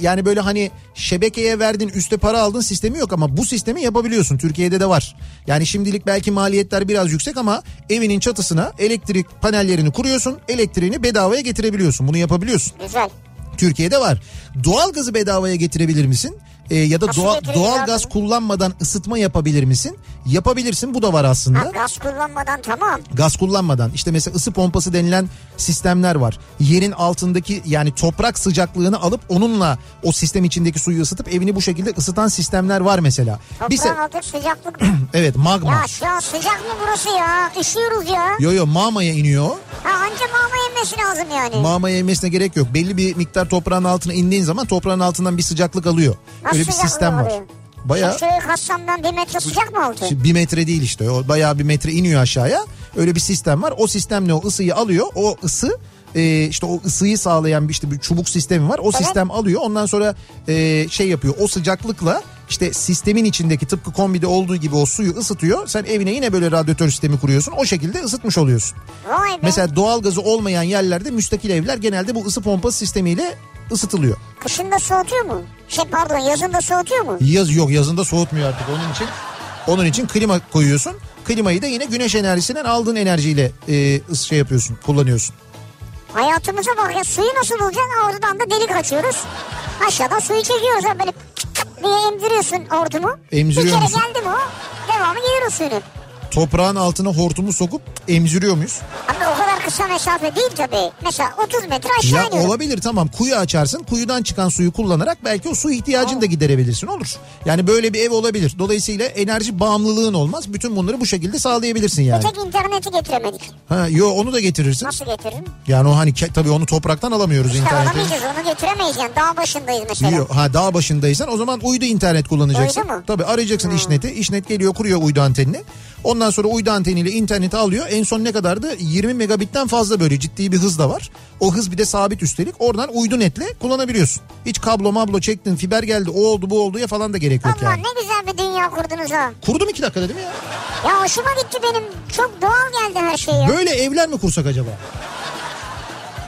B: yani böyle hani şebekeye verdin üste para aldın sistemi yok ama bu sistemi yapabiliyorsun. Türkiye'de de var. Yani şimdilik belki maliyetler biraz yüksek ama evinin çatısına elektrik panellerini kuruyorsun. Elektriğini bedavaya getirebiliyorsun. Bunu yapabiliyorsun.
A: Güzel.
B: Türkiye'de var. Doğalgazı bedavaya getirebilir misin? e, ya da
A: Nasıl
B: doğa-
A: götürüyor
B: doğal
A: abi?
B: gaz kullanmadan ısıtma yapabilir misin? Yapabilirsin bu da var
A: Ha,
B: aslında.
A: gaz kullanmadan tamam.
B: Gaz kullanmadan işte mesela ısı pompası denilen sistemler var. Yerin altındaki yani toprak sıcaklığını alıp onunla o sistem içindeki suyu ısıtıp evini bu şekilde ısıtan sistemler var mesela. Bir
A: Toprağın
B: se-
A: altı sıcaklık.
B: evet magma.
A: ya şu an sıcak mı burası ya? Üşüyoruz ya.
B: Yo yo mamaya iniyor.
A: Ha, anca mama yemesi lazım yani.
B: Mamaya inmesine gerek yok. Belli bir miktar toprağın altına indiğin zaman toprağın altından bir sıcaklık alıyor.
A: Nasıl
B: Öyle bir
A: sıcaklık
B: sistem var.
A: alıyor?
B: Bayağı
A: Şöyle kassamdan bir metre sıcak mı oldu?
B: Şimdi bir metre değil işte o bayağı bir metre iniyor aşağıya öyle bir sistem var o sistemle o ısıyı alıyor o ısı e, işte o ısıyı sağlayan bir- işte bir çubuk sistemi var o sistem alıyor ondan sonra e, şey yapıyor o sıcaklıkla işte sistemin içindeki tıpkı kombide olduğu gibi o suyu ısıtıyor sen evine yine böyle radyatör sistemi kuruyorsun o şekilde ısıtmış oluyorsun.
A: Vay be.
B: Mesela doğalgazı olmayan yerlerde müstakil evler genelde bu ısı pompası sistemiyle ısıtılıyor.
A: Kışın da soğutuyor mu? Şey pardon yazın da soğutuyor mu?
B: Yaz yok yazında soğutmuyor artık onun için. Onun için klima koyuyorsun. Klimayı da yine güneş enerjisinden aldığın enerjiyle e, ıs- şey yapıyorsun, kullanıyorsun.
A: Hayatımıza bak ya suyu nasıl bulacaksın? Ha, Oradan da delik açıyoruz. Aşağıdan suyu çekiyoruz. Ha, böyle tık tık diye emdiriyorsun hortumu.
B: Emziriyor
A: Bir kere
B: musun?
A: geldi mi o devamı gelir o suyun.
B: Toprağın altına hortumu sokup emziriyor muyuz?
A: Ama o kadar kısa mesafe değil tabii. Mesela 30 metre aşağı
B: Ya
A: iniyor.
B: olabilir tamam kuyu açarsın. Kuyudan çıkan suyu kullanarak belki o su ihtiyacını da giderebilirsin olur. Yani böyle bir ev olabilir. Dolayısıyla enerji bağımlılığın olmaz. Bütün bunları bu şekilde sağlayabilirsin yani.
A: E, Tek interneti getiremedik.
B: Ha, yo onu da getirirsin.
A: Nasıl getiririm?
B: Yani o hani ke- tabii onu topraktan alamıyoruz
A: İşte
B: internete.
A: alamayacağız onu getiremeyiz yani. Dağ başındayız mesela.
B: Yok, ha dağ başındaysan o zaman uydu internet kullanacaksın.
A: Uydu mu?
B: Tabii arayacaksın işneti. İşnet geliyor kuruyor uydu antenini. Ondan sonra uydu anteniyle interneti alıyor. En son ne kadardı? 20 megabitten fazla böyle ciddi bir hız da var. O hız bir de sabit üstelik. Oradan uydu netle kullanabiliyorsun. Hiç kablo mablo çektin fiber geldi o oldu bu oldu ya falan da gerek yok
A: Allah
B: yani.
A: ne güzel bir dünya kurdunuz ha.
B: Kurdum iki dakikada değil mi ya?
A: Ya hoşuma gitti benim. Çok doğal geldi her şey ya.
B: Böyle evler mi kursak acaba?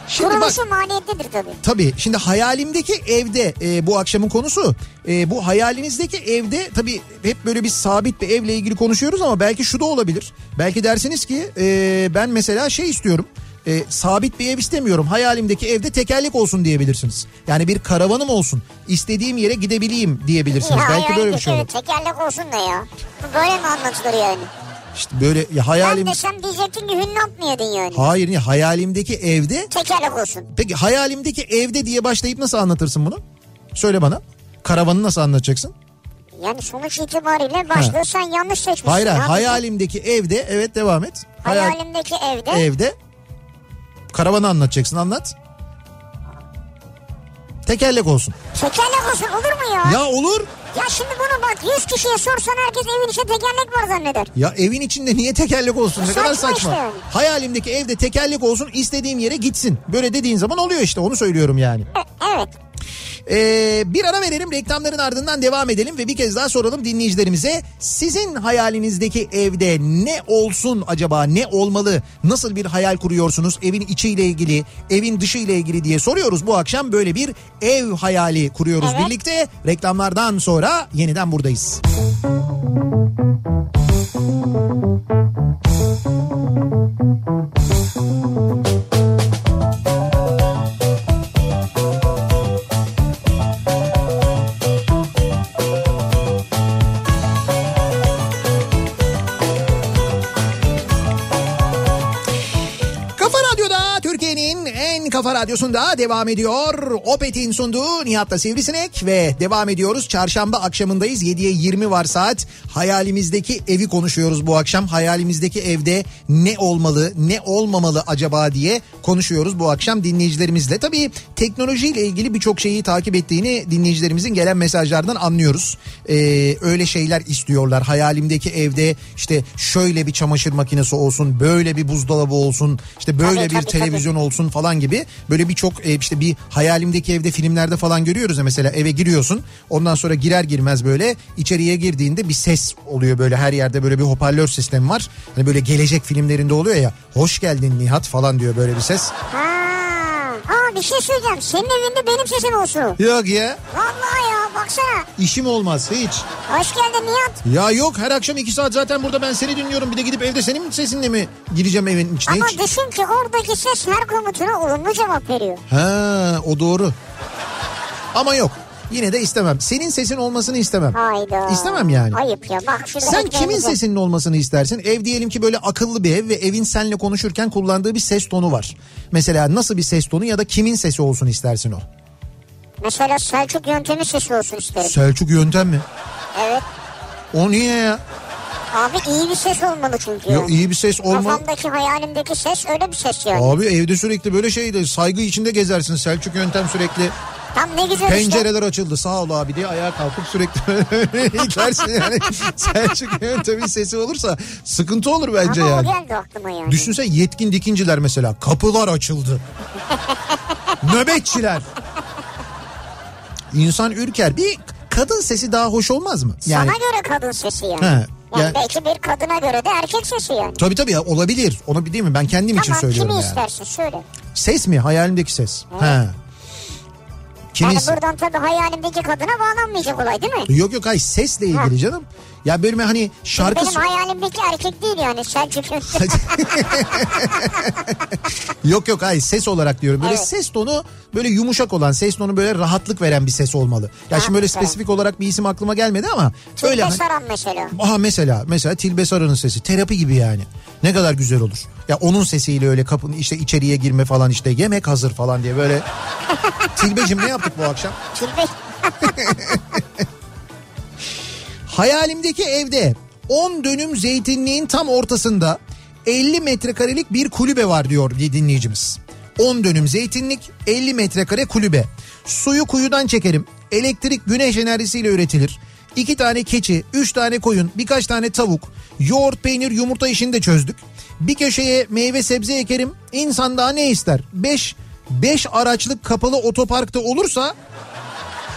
B: Şimdi bak
A: Kuruluşu maliyetlidir tabii.
B: Tabii şimdi hayalimdeki evde e, bu akşamın konusu E, bu hayalinizdeki evde tabii hep böyle bir sabit bir evle ilgili konuşuyoruz ama belki şu da olabilir. Belki dersiniz ki e, ben mesela şey istiyorum e, sabit bir ev istemiyorum hayalimdeki evde tekerlek olsun diyebilirsiniz. Yani bir karavanım olsun istediğim yere gidebileyim diyebilirsiniz.
A: Ya
B: belki
A: hayal
B: böyle bir
A: gücü,
B: şey olur.
A: evet, Tekerlek olsun da ya. Bu Böyle mi anlatılır yani?
B: İşte böyle ya
A: Ben
B: hayalim...
A: desem diyecektin ki hünnap mı yedin yani?
B: Hayır ya hayalimdeki evde
A: Tekerlek olsun.
B: peki hayalimdeki evde diye başlayıp nasıl anlatırsın bunu? Söyle bana karavanı nasıl anlatacaksın?
A: Yani sonuç itibariyle başlığı sen yanlış seçmişsin.
B: Hayır hayır
A: Ne yapacaksın?
B: hayalimdeki evde evet devam et. Hayal,
A: Hayalimdeki evde.
B: evde karavanı anlatacaksın anlat. Tekerlek olsun.
A: Tekerlek olsun olur mu ya? ya?
B: Ya olur.
A: şimdi bunu bak 100 kişiye sorsan herkes evin içinde tekerlek var zanneder.
B: Ya evin içinde niye tekerlek olsun? Ne
A: Saçma
B: kadar saçma.
A: işte.
B: Hayalimdeki evde tekerlek olsun istediğim yere gitsin. Böyle dediğin zaman oluyor işte onu söylüyorum yani.
A: E, evet.
B: Ee, bir ara verelim reklamların ardından devam edelim ve bir kez daha soralım dinleyicilerimize sizin hayalinizdeki evde ne olsun acaba ne olmalı nasıl bir hayal kuruyorsunuz evin içiyle ilgili evin dışı ile ilgili diye soruyoruz bu akşam böyle bir ev hayali kuruyoruz
A: Evet.
B: birlikte reklamlardan sonra yeniden buradayız. Kafa Radyo'da Türkiye'nin en kafa radyosunda devam ediyor. Opet'in sunduğu Nihat'la Sivrisinek ve devam ediyoruz. Çarşamba akşamındayız. 7'ye 20 var saat. Hayalimizdeki evi konuşuyoruz bu akşam. Hayalimizdeki evde ne olmalı, ne olmamalı acaba diye konuşuyoruz bu akşam dinleyicilerimizle. Tabii teknolojiyle ilgili birçok şeyi takip ettiğini dinleyicilerimizin gelen mesajlardan anlıyoruz. Ee, öyle şeyler istiyorlar. Hayalimdeki evde işte şöyle bir çamaşır makinesi olsun, böyle bir buzdolabı olsun, işte böyle
A: Tabii,
B: bir
A: tabii,
B: televizyon olsun falan gibi. Böyle birçok e, işte bir hayalimdeki evde filmlerde falan görüyoruz ya mesela eve giriyorsun. Ondan sonra girer girmez böyle içeriye girdiğinde bir ses oluyor böyle her yerde böyle bir hoparlör sistemi var. Hani böyle gelecek filmlerinde oluyor ya. Hoş geldin Nihat falan diyor böyle bir ses.
A: Ha. Aa bir şey söyleyeceğim. Senin evinde benim sesim olsun.
B: Yok ya
A: Vallahi ya baksana.
B: işim olmaz hiç.
A: Hoş geldin Nihat.
B: Ya yok her akşam iki saat zaten burada ben seni dinliyorum. Bir de gidip evde senin sesinle mi gireceğim evin içine
A: Ama
B: hiç?
A: düşün ki oradaki ses her komutuna olumlu cevap veriyor.
B: Ha o doğru. Ama yok. Yine de istemem. Senin sesin olmasını istemem.
A: Hayda.
B: İstemem yani.
A: Ayıp ya bak şurada.
B: Sen
A: ekmeğimiz
B: kimin
A: var.
B: sesinin olmasını istersin? Ev diyelim ki böyle akıllı bir ev ve evin seninle konuşurken kullandığı bir ses tonu var. Mesela nasıl bir ses tonu ya da kimin sesi olsun istersin o?
A: Mesela Selçuk yöntemi sesi olsun isterim.
B: Selçuk Yöntem mi?
A: Evet.
B: O niye ya?
A: Abi iyi bir ses olmalı çünkü.
B: Ya iyi bir ses olma.
A: Kafamdaki hayalimdeki ses öyle bir ses yani.
B: Abi evde sürekli böyle şeyde saygı içinde gezersin. Selçuk Yöntem sürekli
A: Tam ne güzel işte.
B: pencereler açıldı sağ ol abi diye ayağa kalkıp sürekli öyle gidersin yani. Selçuk Yöntem'in sesi olursa sıkıntı olur bence
A: Ama
B: yani.
A: o geldi aklıma yani.
B: Düşünse yetkin dikinciler mesela kapılar açıldı. Nöbetçiler. İnsan ürker. Bir kadın sesi daha hoş olmaz mı? Yani
A: Sana göre kadın sesi yani.
B: He,
A: yani.
B: yani-
A: belki bir kadına göre de erkek sesi yani.
B: tabii tabii ya, olabilir. Ona bir değil mi? Ben kendim için
A: Tamam kimi
B: söylüyorum yani.
A: istersin söyle.
B: Ses mi? Hayalimdeki ses. He. Kimi
A: Yani
B: is-
A: buradan tabii hayalimdeki kadına bağlanmayacak olay değil mi?
B: Yok yok hayır sesle ilgili
A: Ha.
B: canım. Ya benim hani şarkı
A: Benim hayalimdeki erkek değil yani Selçuk Yöntem.
B: Yok yok hayır ses olarak diyorum. Böyle
A: Evet.
B: ses tonu böyle yumuşak olan ses tonu böyle rahatlık veren bir ses olmalı. Ya şimdi böyle
A: Rahatlık veren.
B: spesifik olarak bir isim aklıma gelmedi ama öyle
A: Öyle
B: hani-
A: Saran mesela.
B: Aha mesela mesela Tilbe Sarı'nın sesi terapi gibi yani. Ne kadar güzel olur. Ya onun sesiyle öyle kapın işte içeriye girme falan işte yemek hazır falan diye böyle. Tilbecim ne yaptık bu akşam?
A: Tilbe
B: Hayalimdeki evde 10 dönüm zeytinliğin tam ortasında 50 metrekarelik bir kulübe var diyor bir dinleyicimiz. 10 dönüm zeytinlik 50 metrekare kulübe. Suyu kuyudan çekerim. Elektrik güneş enerjisiyle üretilir. 2 tane keçi, 3 tane koyun, birkaç tane tavuk, yoğurt, peynir, yumurta işini de çözdük. Bir köşeye meyve sebze ekerim. İnsan daha ne ister? 5 5 araçlık kapalı otoparkta olursa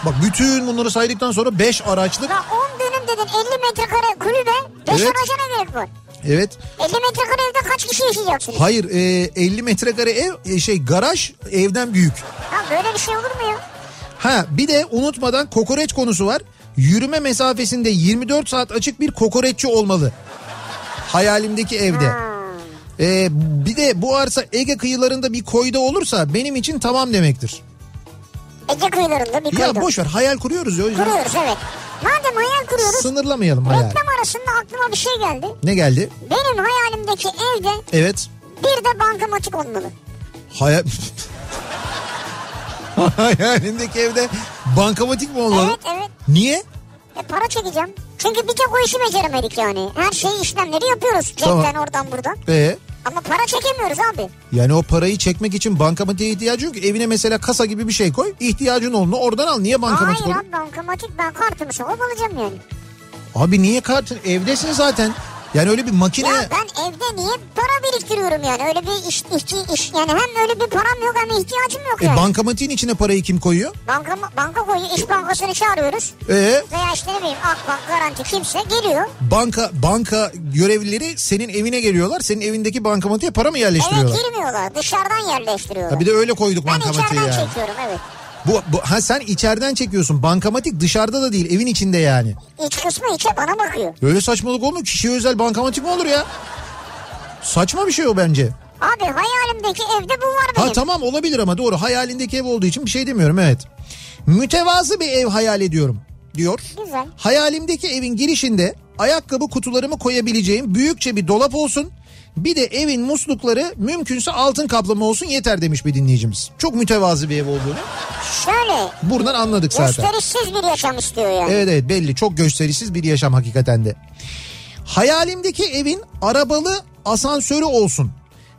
B: bak bütün bunları saydıktan sonra 5 araçlık
A: Ya 10 dönüm dedin 50 metrekare kulübe 5
B: Evet.
A: araca ne gerek var?
B: Evet.
A: 50 metrekare evde kaç kişi yaşayacaksınız?
B: Hayır e, 50 metrekare ev e, şey garaj evden büyük.
A: Ya böyle bir şey olur mu ya?
B: Ha bir de unutmadan kokoreç konusu var. Yürüme mesafesinde 24 saat açık bir kokoreççi olmalı. Hayalimdeki evde. E, bir de bu arsa Ege kıyılarında bir koyda olursa benim için tamam demektir.
A: Ege kıyılarında bir
B: Ya
A: koydum.
B: boş ver hayal kuruyoruz ya. o yüzden
A: Kuruyoruz evet. Madem hayal kuruyoruz
B: Sınırlamayalım hayal.
A: reklam arasında aklıma bir şey geldi.
B: Ne geldi?
A: Benim hayalimdeki evde
B: Evet.
A: bir de bankamatik olmalı.
B: Hayal... Hayalindeki evde bankamatik mi olmalı?
A: Evet evet.
B: Niye?
A: E, para çekeceğim. Çünkü bir tek o işi beceremedik yani. Her şeyi işlemleri yapıyoruz. Cepten
B: Tamam.
A: oradan buradan.
B: Ee?
A: Ama para çekemiyoruz abi.
B: Yani o parayı çekmek için bankamatiğe ihtiyacın yok. Evine mesela kasa gibi bir şey koy. İhtiyacın olduğunu oradan al. Niye bankamatik
A: Hayır
B: olur?
A: abi bankamatik ben kartımı sokup alacağım yani.
B: Abi niye kartın? Evdesin zaten. Yani öyle bir makine...
A: Ya ben evde niye para biriktiriyorum yani? Öyle bir iş, iş, iş yani hem öyle bir param yok hem ihtiyacım yok
B: E,
A: yani.
B: bankamatiğin içine parayı kim koyuyor?
A: banka, banka koyuyor, iş bankasını çağırıyoruz.
B: E
A: Veya işte ne bileyim Akbank, Ah Garanti kimse geliyor.
B: banka banka görevlileri senin evine geliyorlar. Senin evindeki bankamatiğe para mı
A: Evet
B: yerleştiriyorlar?
A: girmiyorlar dışarıdan yerleştiriyorlar.
B: Ha bir de öyle koyduk
A: ben
B: bankamatiğe
A: içeriden
B: yani.
A: çekiyorum evet.
B: Bu, bu, ha sen içeriden çekiyorsun. Bankamatik dışarıda da değil evin içinde yani.
A: İç kısmı içe bana bakıyor.
B: Öyle saçmalık olmuyor. Kişiye özel bankamatik mi olur ya? Saçma bir şey o bence.
A: Abi hayalimdeki evde bu var benim.
B: Ha tamam olabilir ama doğru hayalindeki ev olduğu için bir şey demiyorum evet. Mütevazı bir ev hayal ediyorum diyor.
A: Güzel.
B: Hayalimdeki evin girişinde ayakkabı kutularımı koyabileceğim büyükçe bir dolap olsun. Bir de evin muslukları mümkünse altın kaplama olsun yeter demiş bir dinleyicimiz. Çok mütevazı bir ev olduğunu
A: Şöyle
B: buradan anladık zaten.
A: gösterişsiz bir yaşam istiyor yani.
B: Evet evet belli çok gösterişsiz bir yaşam hakikaten de. Hayalimdeki evin arabalı asansörü olsun.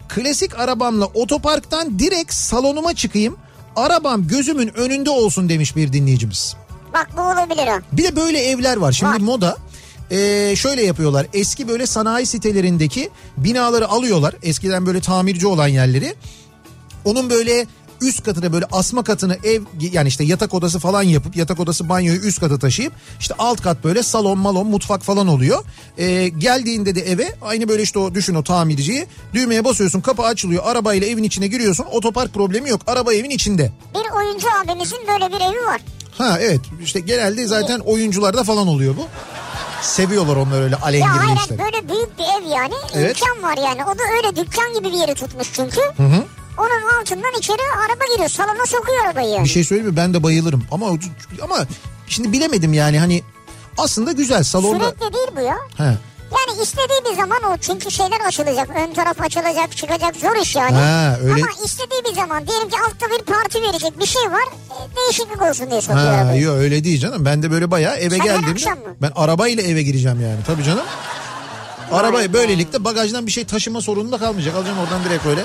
B: Klasik arabamla otoparktan direkt salonuma çıkayım. Arabam gözümün önünde olsun demiş bir dinleyicimiz.
A: Bak bu olabilir ha.
B: Bir de böyle evler var. Şimdi
A: Var.
B: moda eee, şöyle yapıyorlar. Eski böyle sanayi sitelerindeki binaları alıyorlar. Eskiden böyle tamirci olan yerleri. Onun böyle üst katına böyle asma katını ev yani işte yatak odası falan yapıp yatak odası banyoyu üst kata taşıyıp işte alt kat böyle salon malon mutfak falan oluyor. Ee, geldiğinde de eve aynı böyle işte o düşün o tamirciyi düğmeye basıyorsun kapı açılıyor arabayla evin içine giriyorsun otopark problemi yok araba evin içinde.
A: Bir oyuncu abimizin böyle bir evi var.
B: Ha evet işte genelde zaten oyuncularda falan oluyor bu. Seviyorlar onlar öyle
A: Ya
B: alengirli
A: hayır
B: işleri.
A: böyle büyük bir ev yani.
B: Evet.
A: imkan var yani. O da öyle dükkan gibi bir yeri tutmuş çünkü. Onun altından içeri araba giriyor. Salona sokuyor arabayı yani.
B: Bir şey söyleyeyim mi? Ben de bayılırım. Ama ama şimdi bilemedim yani hani aslında güzel salonda.
A: Sürekli değil bu ya.
B: He.
A: Yani istediği bir zaman o çünkü şeyler açılacak. Ön taraf açılacak çıkacak zor iş yani.
B: Ha, öyle-
A: Ama istediği bir zaman diyelim ki altta bir parti verecek bir şey var. e, Değişiklik olsun diye sokuyor
B: Ha,
A: arabayı.
B: yok öyle değil canım. Ben de böyle bayağı eve
A: Sen her
B: geldiğimde
A: akşam mı?
B: ben arabayla eve gireceğim yani. Tabii canım. Arabayı böylelikle bagajdan bir şey taşıma sorunu da kalmayacak. Alacağım oradan direkt böyle.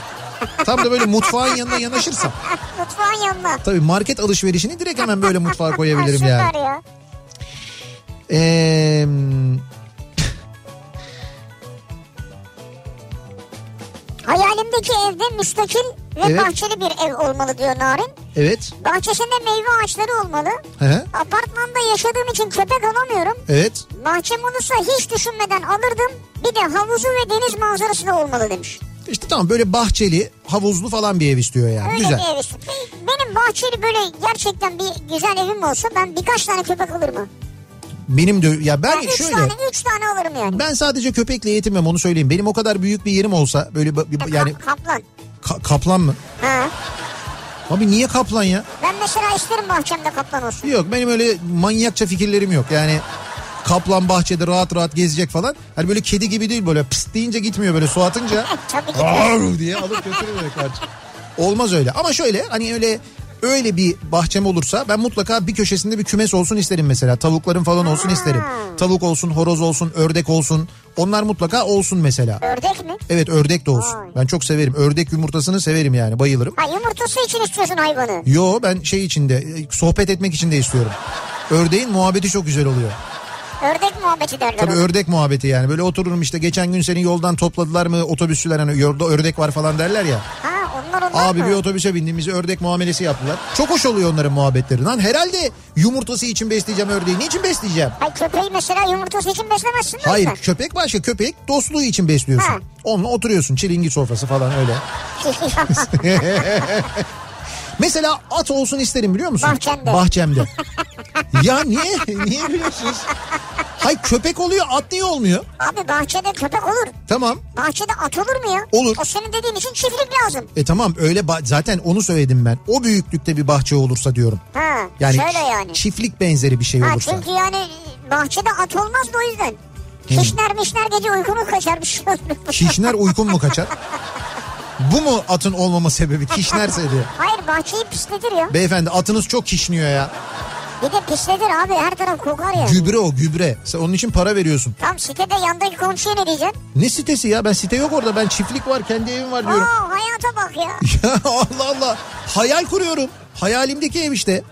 B: Tam da böyle mutfağın yanına yanaşırsam.
A: Ah, Mutfağın yanına. Ah,
B: Tabii market alışverişini direkt hemen böyle mutfağa koyabilirim yani.
A: Süper ya.
B: Ee,
A: Hayalimdeki evde müstakil ve
B: Evet.
A: bahçeli bir ev olmalı diyor Narin.
B: evet.
A: Bahçesinde meyve ağaçları olmalı.
B: Hı hı.
A: Apartmanda yaşadığım için köpek alamıyorum.
B: Evet.
A: Bahçem olursa hiç düşünmeden alırdım. Bir de havuzu ve deniz manzarası da olmalı demiş.
B: İşte tamam böyle bahçeli, havuzlu falan bir ev istiyor yani.
A: Öyle
B: Güzel.
A: bir ev istedim. Benim bahçeli böyle gerçekten bir güzel evim olsa ben birkaç tane köpek alırım.
B: Benim de ya ben
A: Ben üç
B: şöyle
A: tane üç tane alırım yani.
B: ben sadece köpekle yetinmem onu söyleyeyim. Benim o kadar büyük bir yerim olsa böyle ba- bir-
A: yani...
B: yani
A: Kaplan.
B: ka- kaplan mı?
A: Ha.
B: Abi niye kaplan ya?
A: Ben mesela isterim bahçemde kaplan olsun.
B: Yok benim öyle manyakça fikirlerim yok. Yani kaplan bahçede rahat rahat gezecek falan. Hani böyle kedi gibi değil böyle pıst deyince gitmiyor böyle su atınca.
A: Eh, Tabii ki.
B: "Arr!" diye alıp götürüyor karşı. Olmaz öyle. Ama şöyle hani öyle öyle bir bahçem olursa ben mutlaka bir köşesinde bir kümes olsun isterim mesela. Tavukların falan olsun isterim. Tavuk olsun, horoz olsun, ördek olsun. Onlar mutlaka olsun mesela.
A: Ördek mi?
B: Evet ördek de olsun.
A: Vay.
B: Ben çok severim. Ördek yumurtasını severim yani bayılırım.
A: Ha yumurtası için istiyorsun hayvanı.
B: Yo ben şey içinde e, sohbet etmek için de istiyorum. Ördeğin muhabbeti çok güzel oluyor.
A: Ördek muhabbeti derler
B: Tabii
A: ona.
B: ördek muhabbeti yani. Böyle otururum işte geçen gün seni yoldan topladılar mı otobüsçüler hani yolda ördek var falan derler ya.
A: Ha onlar onlar
B: Abi
A: mı?
B: bir otobüse bindiğimizi ördek muamelesi yaptılar. Çok hoş oluyor onların muhabbetleri. Lan herhalde yumurtası için besleyeceğim ördeği. Niçin besleyeceğim?
A: Hayır köpeği mesela yumurtası için beslemezsin. mi
B: Hayır
A: sen?
B: köpek başka köpek dostluğu için besliyorsun.
A: Ha.
B: Onunla oturuyorsun çilingir sofrası falan öyle. Mesela at olsun isterim biliyor musun?
A: Bahçende.
B: Bahçemde. ya niye? Niye biliyorsunuz? Hayır köpek oluyor at niye olmuyor?
A: Abi bahçede köpek olur.
B: Tamam.
A: Bahçede at olur mu ya?
B: Olur.
A: O senin dediğin için çiftlik lazım.
B: E tamam öyle ba- zaten onu söyledim ben. O büyüklükte bir bahçe olursa diyorum.
A: Ha
B: Yani,
A: şöyle yani.
B: çiftlik benzeri bir şey
A: Ha,
B: olursa.
A: çünkü yani bahçede at olmaz da o yüzden. Kişner mişner gece uykunuz kaçar bir şey olur.
B: Kişner uykun mu kaçar? Bu mu atın olmama sebebi? Kişnerse diye.
A: Hayır bahçeyi pisletir ya.
B: Beyefendi atınız çok kişniyor ya.
A: Bir de pisletir abi her taraf kokar ya.
B: Gübre o gübre. Sen onun için para veriyorsun.
A: Tam sitede yandaki komşuya ne diyeceksin?
B: Ne sitesi ya? Ben site yok orada. Ben çiftlik var, kendi evim var diyorum.
A: Aa hayata bak ya.
B: Ya Allah Allah. Hayal kuruyorum. Hayalimdeki ev işte.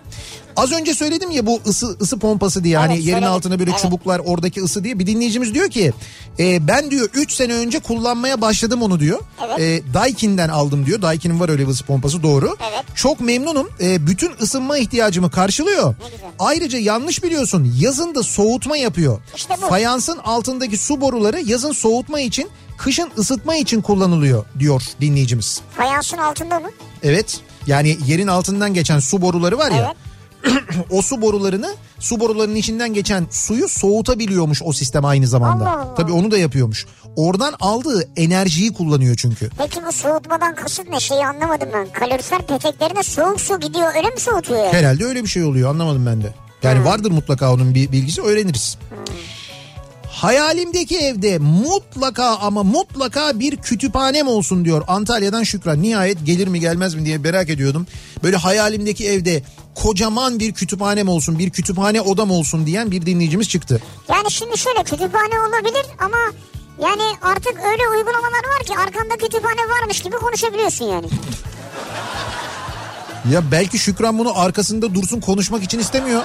B: Az önce söyledim ya bu ısı ısı pompası diye hani
A: Evet,
B: yerin
A: söyledin.
B: altına böyle
A: Evet.
B: çubuklar oradaki ısı diye bir dinleyicimiz diyor ki e, ben diyor 3 sene önce kullanmaya başladım onu diyor. E, Daikin'den aldım diyor. Daikin'in var öyle bir ısı pompası doğru.
A: Evet.
B: Çok memnunum. E, bütün ısınma ihtiyacımı karşılıyor.
A: güzel.
B: Ayrıca yanlış biliyorsun yazın da soğutma yapıyor.
A: İşte bu.
B: Fayansın altındaki su boruları yazın soğutma için kışın ısıtma için kullanılıyor diyor dinleyicimiz.
A: Fayansın altında mı?
B: Evet. Yani yerin altından geçen su boruları var ya. o su borularını su borularının içinden geçen suyu soğutabiliyormuş o sistem aynı zamanda.
A: Allah Allah.
B: Tabii onu da yapıyormuş. Oradan aldığı enerjiyi kullanıyor çünkü.
A: Peki bu soğutmadan kasıt ne şeyi anlamadım ben. Kalorifer peteklerine soğuk su gidiyor öyle mi soğutuyor ya?
B: Herhalde öyle bir şey oluyor anlamadım ben de. Yani vardır mutlaka onun bir bilgisi öğreniriz. Hayalimdeki evde mutlaka ama mutlaka bir kütüphanem olsun diyor Antalya'dan Şükran. Nihayet gelir mi gelmez mi diye merak ediyordum. Böyle hayalimdeki evde kocaman bir kütüphanem olsun, bir kütüphane odam olsun diyen bir dinleyicimiz çıktı.
A: Yani şimdi şöyle kütüphane olabilir ama yani artık öyle uygulamalar var ki arkanda kütüphane varmış gibi konuşabiliyorsun yani.
B: Ya belki Şükran bunu arkasında dursun konuşmak için istemiyor.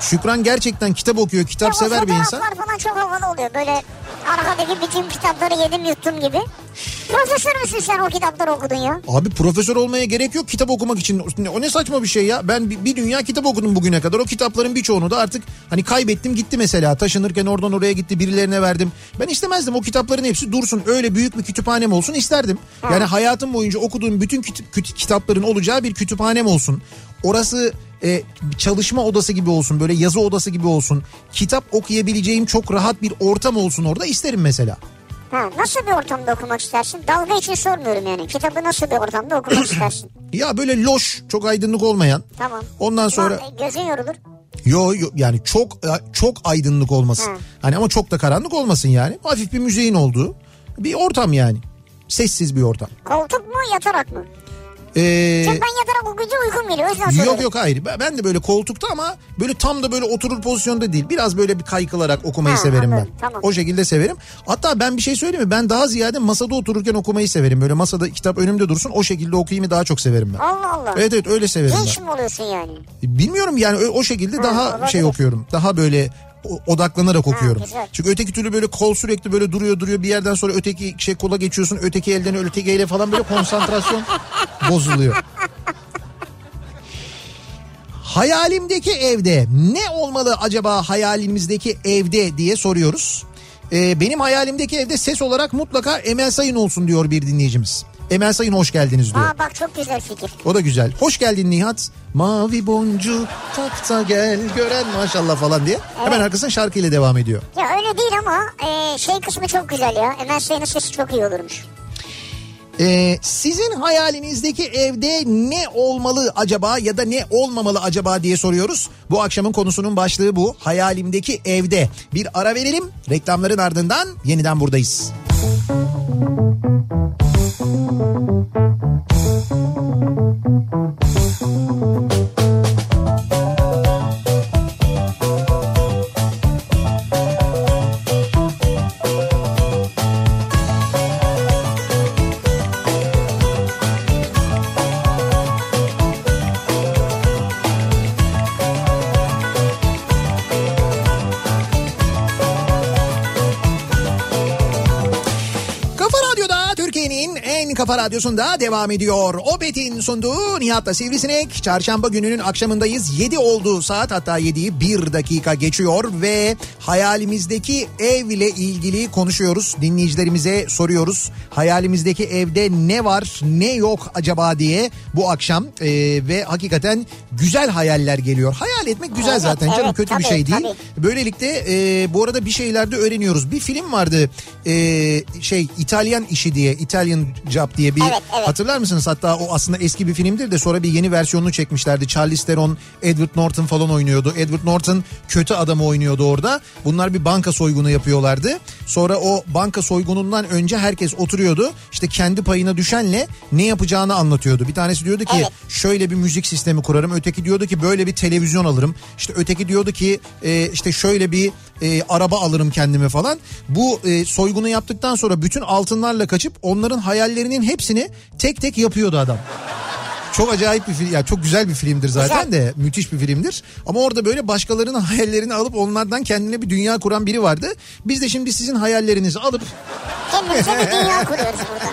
B: Şükran gerçekten kitap okuyor, kitap
A: O
B: sever bir insan.
A: Fotoğraflar falan çok havalı oluyor böyle arkadaki bütün kitapları yedim yuttum gibi. Profesör müsün sen o kitapları okudun ya?
B: Abi profesör olmaya gerek yok kitap okumak için. O ne saçma bir şey ya. Ben bi- bir dünya kitap okudum bugüne kadar. O kitapların birçoğunu da artık hani kaybettim gitti mesela. Taşınırken oradan oraya gitti birilerine verdim. Ben istemezdim o kitapların hepsi dursun. Öyle büyük bir kütüphanem olsun isterdim. Yani hayatım boyunca okuduğum bütün kit- küt- kitapların olacağı bir kütüphanem olsun. Orası e, çalışma odası gibi olsun. Böyle yazı odası gibi olsun. Kitap okuyabileceğim çok rahat bir ortam olsun orada isterim mesela.
A: Ha, nasıl bir ortamda okumak istersin? Dalga için sormuyorum yani. Kitabı nasıl bir ortamda okumak istersin?
B: Ya böyle loş, çok aydınlık olmayan.
A: Tamam.
B: Ondan sonra
A: Ama Gözün yorulur.
B: yo, yo yani çok çok aydınlık olmasın.
A: Hı.
B: Hani ama çok da karanlık olmasın yani. Hafif bir müziğin olduğu bir ortam yani. Sessiz bir ortam.
A: Koltuk mu yatarak mı?
B: Ee,
A: Çünkü ben yatarak okuyunca uykum geliyor. O yüzden soruyorum.
B: Yok yok hayır. Ben- Ben de böyle koltukta ama böyle tam da böyle oturur pozisyonda değil. Biraz böyle bir kaykılarak okumayı
A: Ha,
B: severim ben.
A: anladım, tamam.
B: O şekilde severim. Hatta ben bir şey söyleyeyim mi? Ben daha ziyade masada otururken okumayı severim. Böyle masada kitap önümde dursun o şekilde okuyayım daha çok severim ben.
A: Allah Allah.
B: Evet evet öyle severim
A: Genç
B: ben.
A: mi oluyorsun yani?
B: Bilmiyorum yani ö- o şekilde daha
A: olabilir.
B: şey okuyorum. Daha böyle o- odaklanarak okuyorum.
A: güzel.
B: Çünkü öteki türlü böyle kol sürekli böyle duruyor duruyor bir yerden sonra öteki şey kola geçiyorsun. Öteki elden öteki ele falan böyle konsantrasyon bozuluyor. Hayalimdeki evde ne olmalı acaba hayalimizdeki evde diye soruyoruz. Ee, benim hayalimdeki evde ses olarak mutlaka Emel Sayın olsun diyor bir dinleyicimiz. Emel Sayın hoş geldiniz diyor.
A: Aa bak çok güzel fikir.
B: O da güzel. Hoş geldin Nihat. Mavi boncuk tak da gel gören maşallah falan diye. Hemen arkasından şarkıyla devam ediyor.
A: Ya öyle değil ama e, şey kısmı çok güzel ya. Emel Sayın'ın sesi çok iyi olurmuş.
B: Ee, sizin hayalinizdeki evde ne olmalı acaba ya da ne olmamalı acaba diye soruyoruz. Bu akşamın konusunun başlığı bu. Hayalimdeki evde. Bir ara verelim. Reklamların ardından yeniden buradayız. Kafa Radyo'da Türkiye'nin en kafa radyosunda devam ediyor. Opet'in sunduğu Nihat'la Sivrisinek. Çarşamba gününün akşamındayız. 7 oldu saat hatta 7'yi 1 dakika geçiyor ve hayalimizdeki ev ile ilgili konuşuyoruz. Dinleyicilerimize soruyoruz. Hayalimizdeki evde ne var ne yok acaba diye bu akşam Ee, ve hakikaten güzel hayaller geliyor. Hayal etmek güzel
A: Evet,
B: zaten canım
A: evet,
B: kötü bir
A: tabii,
B: şey değil.
A: tabii.
B: Böylelikle e, bu arada bir şeyler de öğreniyoruz. Bir film vardı e, şey İtalyan işi diye Italian Job diye bir
A: Evet, evet.
B: hatırlar mısınız? Hatta o aslında eski bir filmdir de sonra bir yeni versiyonunu çekmişlerdi. Charlize Theron, Edward Norton falan oynuyordu. Edward Norton kötü adamı oynuyordu orada. Bunlar bir banka soygunu yapıyorlardı. Sonra o banka soygunundan önce herkes oturuyordu. İşte kendi payına düşenle ne yapacağını anlatıyordu. Bir tanesi diyordu ki
A: Evet.
B: şöyle bir müzik sistemi kurarım. Öteki diyordu ki böyle bir televizyon alırım. İşte öteki diyordu ki e, işte şöyle bir e, araba alırım kendime falan. Bu e, soygunu yaptıktan sonra bütün altınlarla kaçıp onların hayallerinin hepsini tek tek yapıyordu adam. Çok acayip bir film. Ya çok güzel bir filmdir zaten de müthiş bir filmdir. Ama orada böyle başkalarının hayallerini alıp onlardan kendine bir dünya kuran biri vardı. Biz de şimdi sizin hayallerinizi alıp
A: Kendimize bir dünya kuruyoruz burada.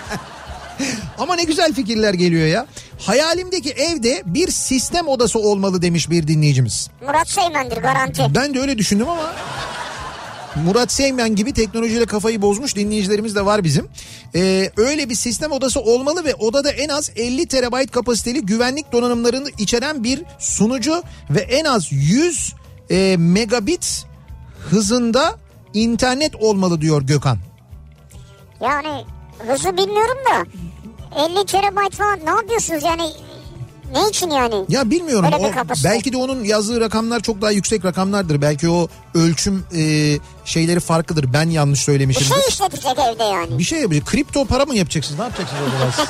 B: ama ne güzel fikirler geliyor ya. Hayalimdeki evde bir sistem odası olmalı demiş bir dinleyicimiz.
A: Murat Seymen'dir garanti.
B: Ben de öyle düşündüm ama Murat Seymen gibi teknolojiyle kafayı bozmuş dinleyicilerimiz de var bizim. Ee, öyle bir sistem odası olmalı ve odada en az 50 terabayt kapasiteli güvenlik donanımlarını içeren bir sunucu ve en az 100 e, megabit hızında internet olmalı diyor Gökhan.
A: Yani hızı bilmiyorum da 50 terabayt falan ne yapıyorsunuz yani? Ne için yani?
B: Ya bilmiyorum.
A: Öyle bir
B: o-
A: kapasite.
B: belki de onun yazdığı rakamlar çok daha yüksek rakamlardır. Belki o ölçüm e, şeyleri farklıdır. Ben yanlış
A: Bir
B: söylemişim.
A: şey işletecek evde yani.
B: Bir şey yapacak. Kripto para mı yapacaksınız? Ne yapacaksınız o zaman siz?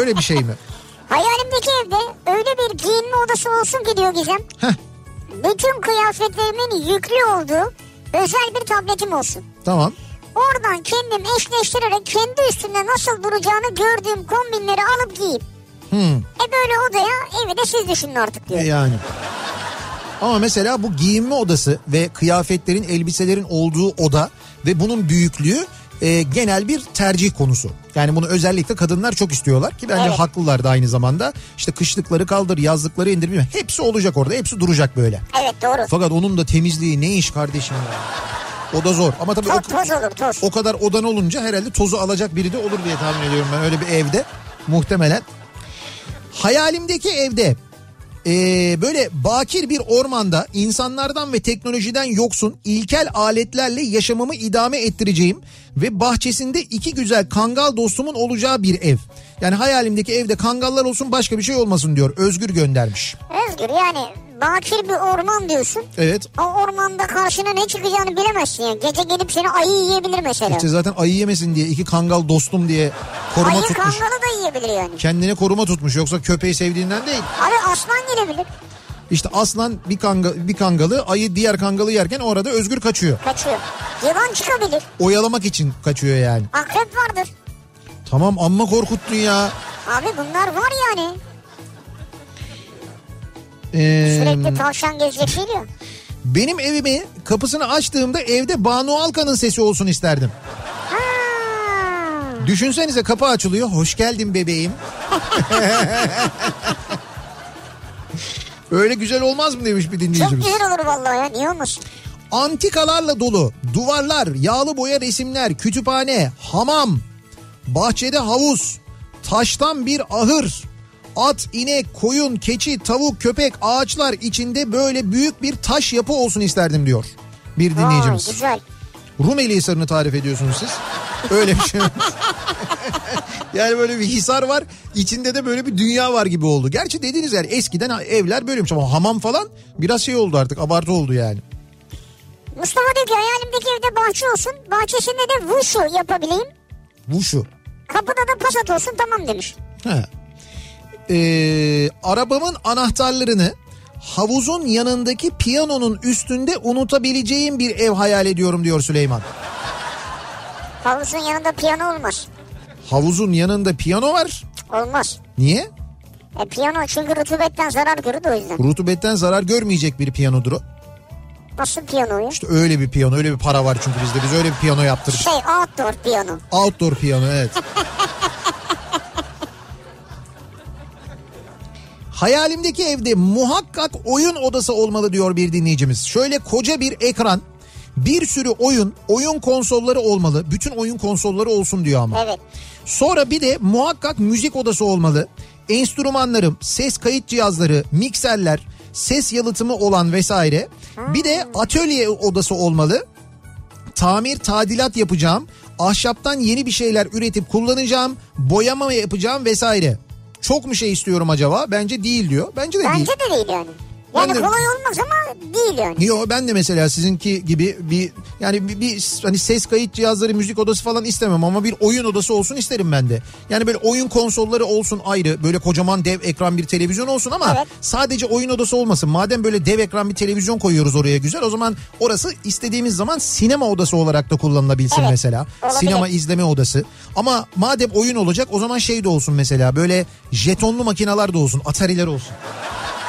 B: Öyle bir şey mi?
A: Hayalimdeki evde öyle bir giyinme odası olsun ki diyor Gizem.
B: Heh.
A: Bütün kıyafetlerimin yüklü olduğu özel bir tabletim olsun.
B: Tamam.
A: Oradan kendim eşleştirerek kendi üstümde nasıl duracağını gördüğüm kombinleri alıp giyip.
B: Hmm,
A: E böyle odaya evi de siz düşünün artık
B: e
A: diyor.
B: yani. Ama mesela bu giyinme odası ve kıyafetlerin, elbiselerin olduğu oda ve bunun büyüklüğü e, genel bir tercih konusu. Yani bunu özellikle kadınlar çok istiyorlar ki bence
A: Evet.
B: haklılar da aynı zamanda. İşte kışlıkları kaldır, yazlıkları indir bilmem. Hepsi olacak orada, hepsi duracak böyle.
A: Evet doğru.
B: Fakat onun da temizliği ne iş kardeşim ya. O da zor. Ama tabii o,
A: Toz, toz olur toz.
B: o kadar odan olunca herhalde tozu alacak biri de olur diye tahmin ediyorum ben öyle bir evde muhtemelen. Hayalimdeki evde e, böyle bakir bir ormanda insanlardan ve teknolojiden yoksun ilkel aletlerle yaşamımı idame ettireceğim ve bahçesinde iki güzel kangal dostumun olacağı bir ev. Yani hayalimdeki evde kangallar olsun başka bir şey olmasın diyor. Özgür göndermiş.
A: Özgür yani bakir bir orman diyorsun.
B: Evet.
A: O ormanda karşına ne çıkacağını bilemezsin ya. Gece gelip seni ayı yiyebilir mesela.
B: İşte zaten ayı yemesin diye iki kangal dostum diye koruma
A: ayı
B: tutmuş.
A: kangalı da yiyebilir yani.
B: Kendine koruma tutmuş yoksa köpeği sevdiğinden değil.
A: Abi aslan gelebilir.
B: İşte aslan bir, kanga, bir kangalı ayı diğer kangalı yerken orada özgür kaçıyor.
A: Kaçıyor. Yılan çıkabilir.
B: Oyalamak için kaçıyor yani.
A: Akrep vardır.
B: Tamam amma korkuttun ya.
A: Abi bunlar var yani.
B: Ee,
A: Sürekli tavşan gezecek değil ya.
B: benim evimi kapısını açtığımda evde Banu Alkan'ın sesi olsun isterdim.
A: Ha.
B: Düşünsenize kapı açılıyor. Hoş geldin bebeğim. Öyle güzel olmaz mı demiş bir
A: Çok
B: dinleyicimiz.
A: güzel olur vallahi ya. Niye olmasın?
B: Antikalarla dolu duvarlar, yağlı boya resimler, kütüphane, hamam, bahçede havuz, taştan bir ahır, at, inek, koyun, keçi, tavuk, köpek, ağaçlar içinde böyle büyük bir taş yapı olsun isterdim diyor bir
A: Vay,
B: dinleyicimiz.
A: güzel.
B: Rumeli Hisarı'nı tarif ediyorsunuz siz. Öyle bir şey. yani böyle bir hisar var. İçinde de böyle bir dünya var gibi oldu. Gerçi dediğiniz yer eskiden evler böyleymiş ama hamam falan biraz şey oldu artık abartı oldu yani.
A: Mustafa diyor ki hayalimdeki evde bahçe olsun. Bahçesinde de vuşu yapabileyim.
B: Bu şu.
A: Kapıda da pasat olsun tamam demiş.
B: He. Ee, arabamın anahtarlarını havuzun yanındaki piyanonun üstünde unutabileceğim bir ev hayal ediyorum diyor Süleyman.
A: Havuzun yanında piyano olmaz.
B: Havuzun yanında piyano var.
A: Olmaz.
B: Niye?
A: E piyano çünkü rutubetten zarar görür de o yüzden.
B: Rutubetten zarar görmeyecek bir piyanodur o.
A: Nasıl piyanoyu?
B: İşte öyle bir piyano, öyle bir para var çünkü bizde. Biz öyle bir piyano yaptırdık.
A: Şey outdoor piyano.
B: Outdoor piyano evet. Hayalimdeki evde muhakkak oyun odası olmalı diyor bir dinleyicimiz. Şöyle koca bir ekran, bir sürü oyun, oyun konsolları olmalı. Bütün oyun konsolları olsun diyor ama.
A: Evet.
B: Sonra bir de muhakkak müzik odası olmalı. Enstrümanlarım, ses kayıt cihazları, mikserler, ses yalıtımı olan vesaire. Bir de atölye odası olmalı. Tamir, tadilat yapacağım. Ahşaptan yeni bir şeyler üretip kullanacağım. Boyama yapacağım vesaire. Çok mu şey istiyorum acaba? Bence değil diyor. Bence de değil.
A: Bence de değil yani. Yani
B: Ben de-
A: kolay olmaz ama değil yani.
B: Yo ben de mesela sizinki gibi bir yani bir, bir hani ses kayıt cihazları müzik odası falan istemem ama bir oyun odası olsun isterim ben de. Yani böyle oyun konsolları olsun ayrı böyle kocaman dev ekran bir televizyon olsun ama
A: Evet.
B: sadece oyun odası olmasın. Madem böyle dev ekran bir televizyon koyuyoruz oraya güzel o zaman orası istediğimiz zaman sinema odası olarak da kullanılabilsin
A: Evet,
B: mesela.
A: olabilir.
B: Sinema izleme odası ama madem oyun olacak o zaman şey de olsun mesela böyle jetonlu makinalar da olsun atariler olsun.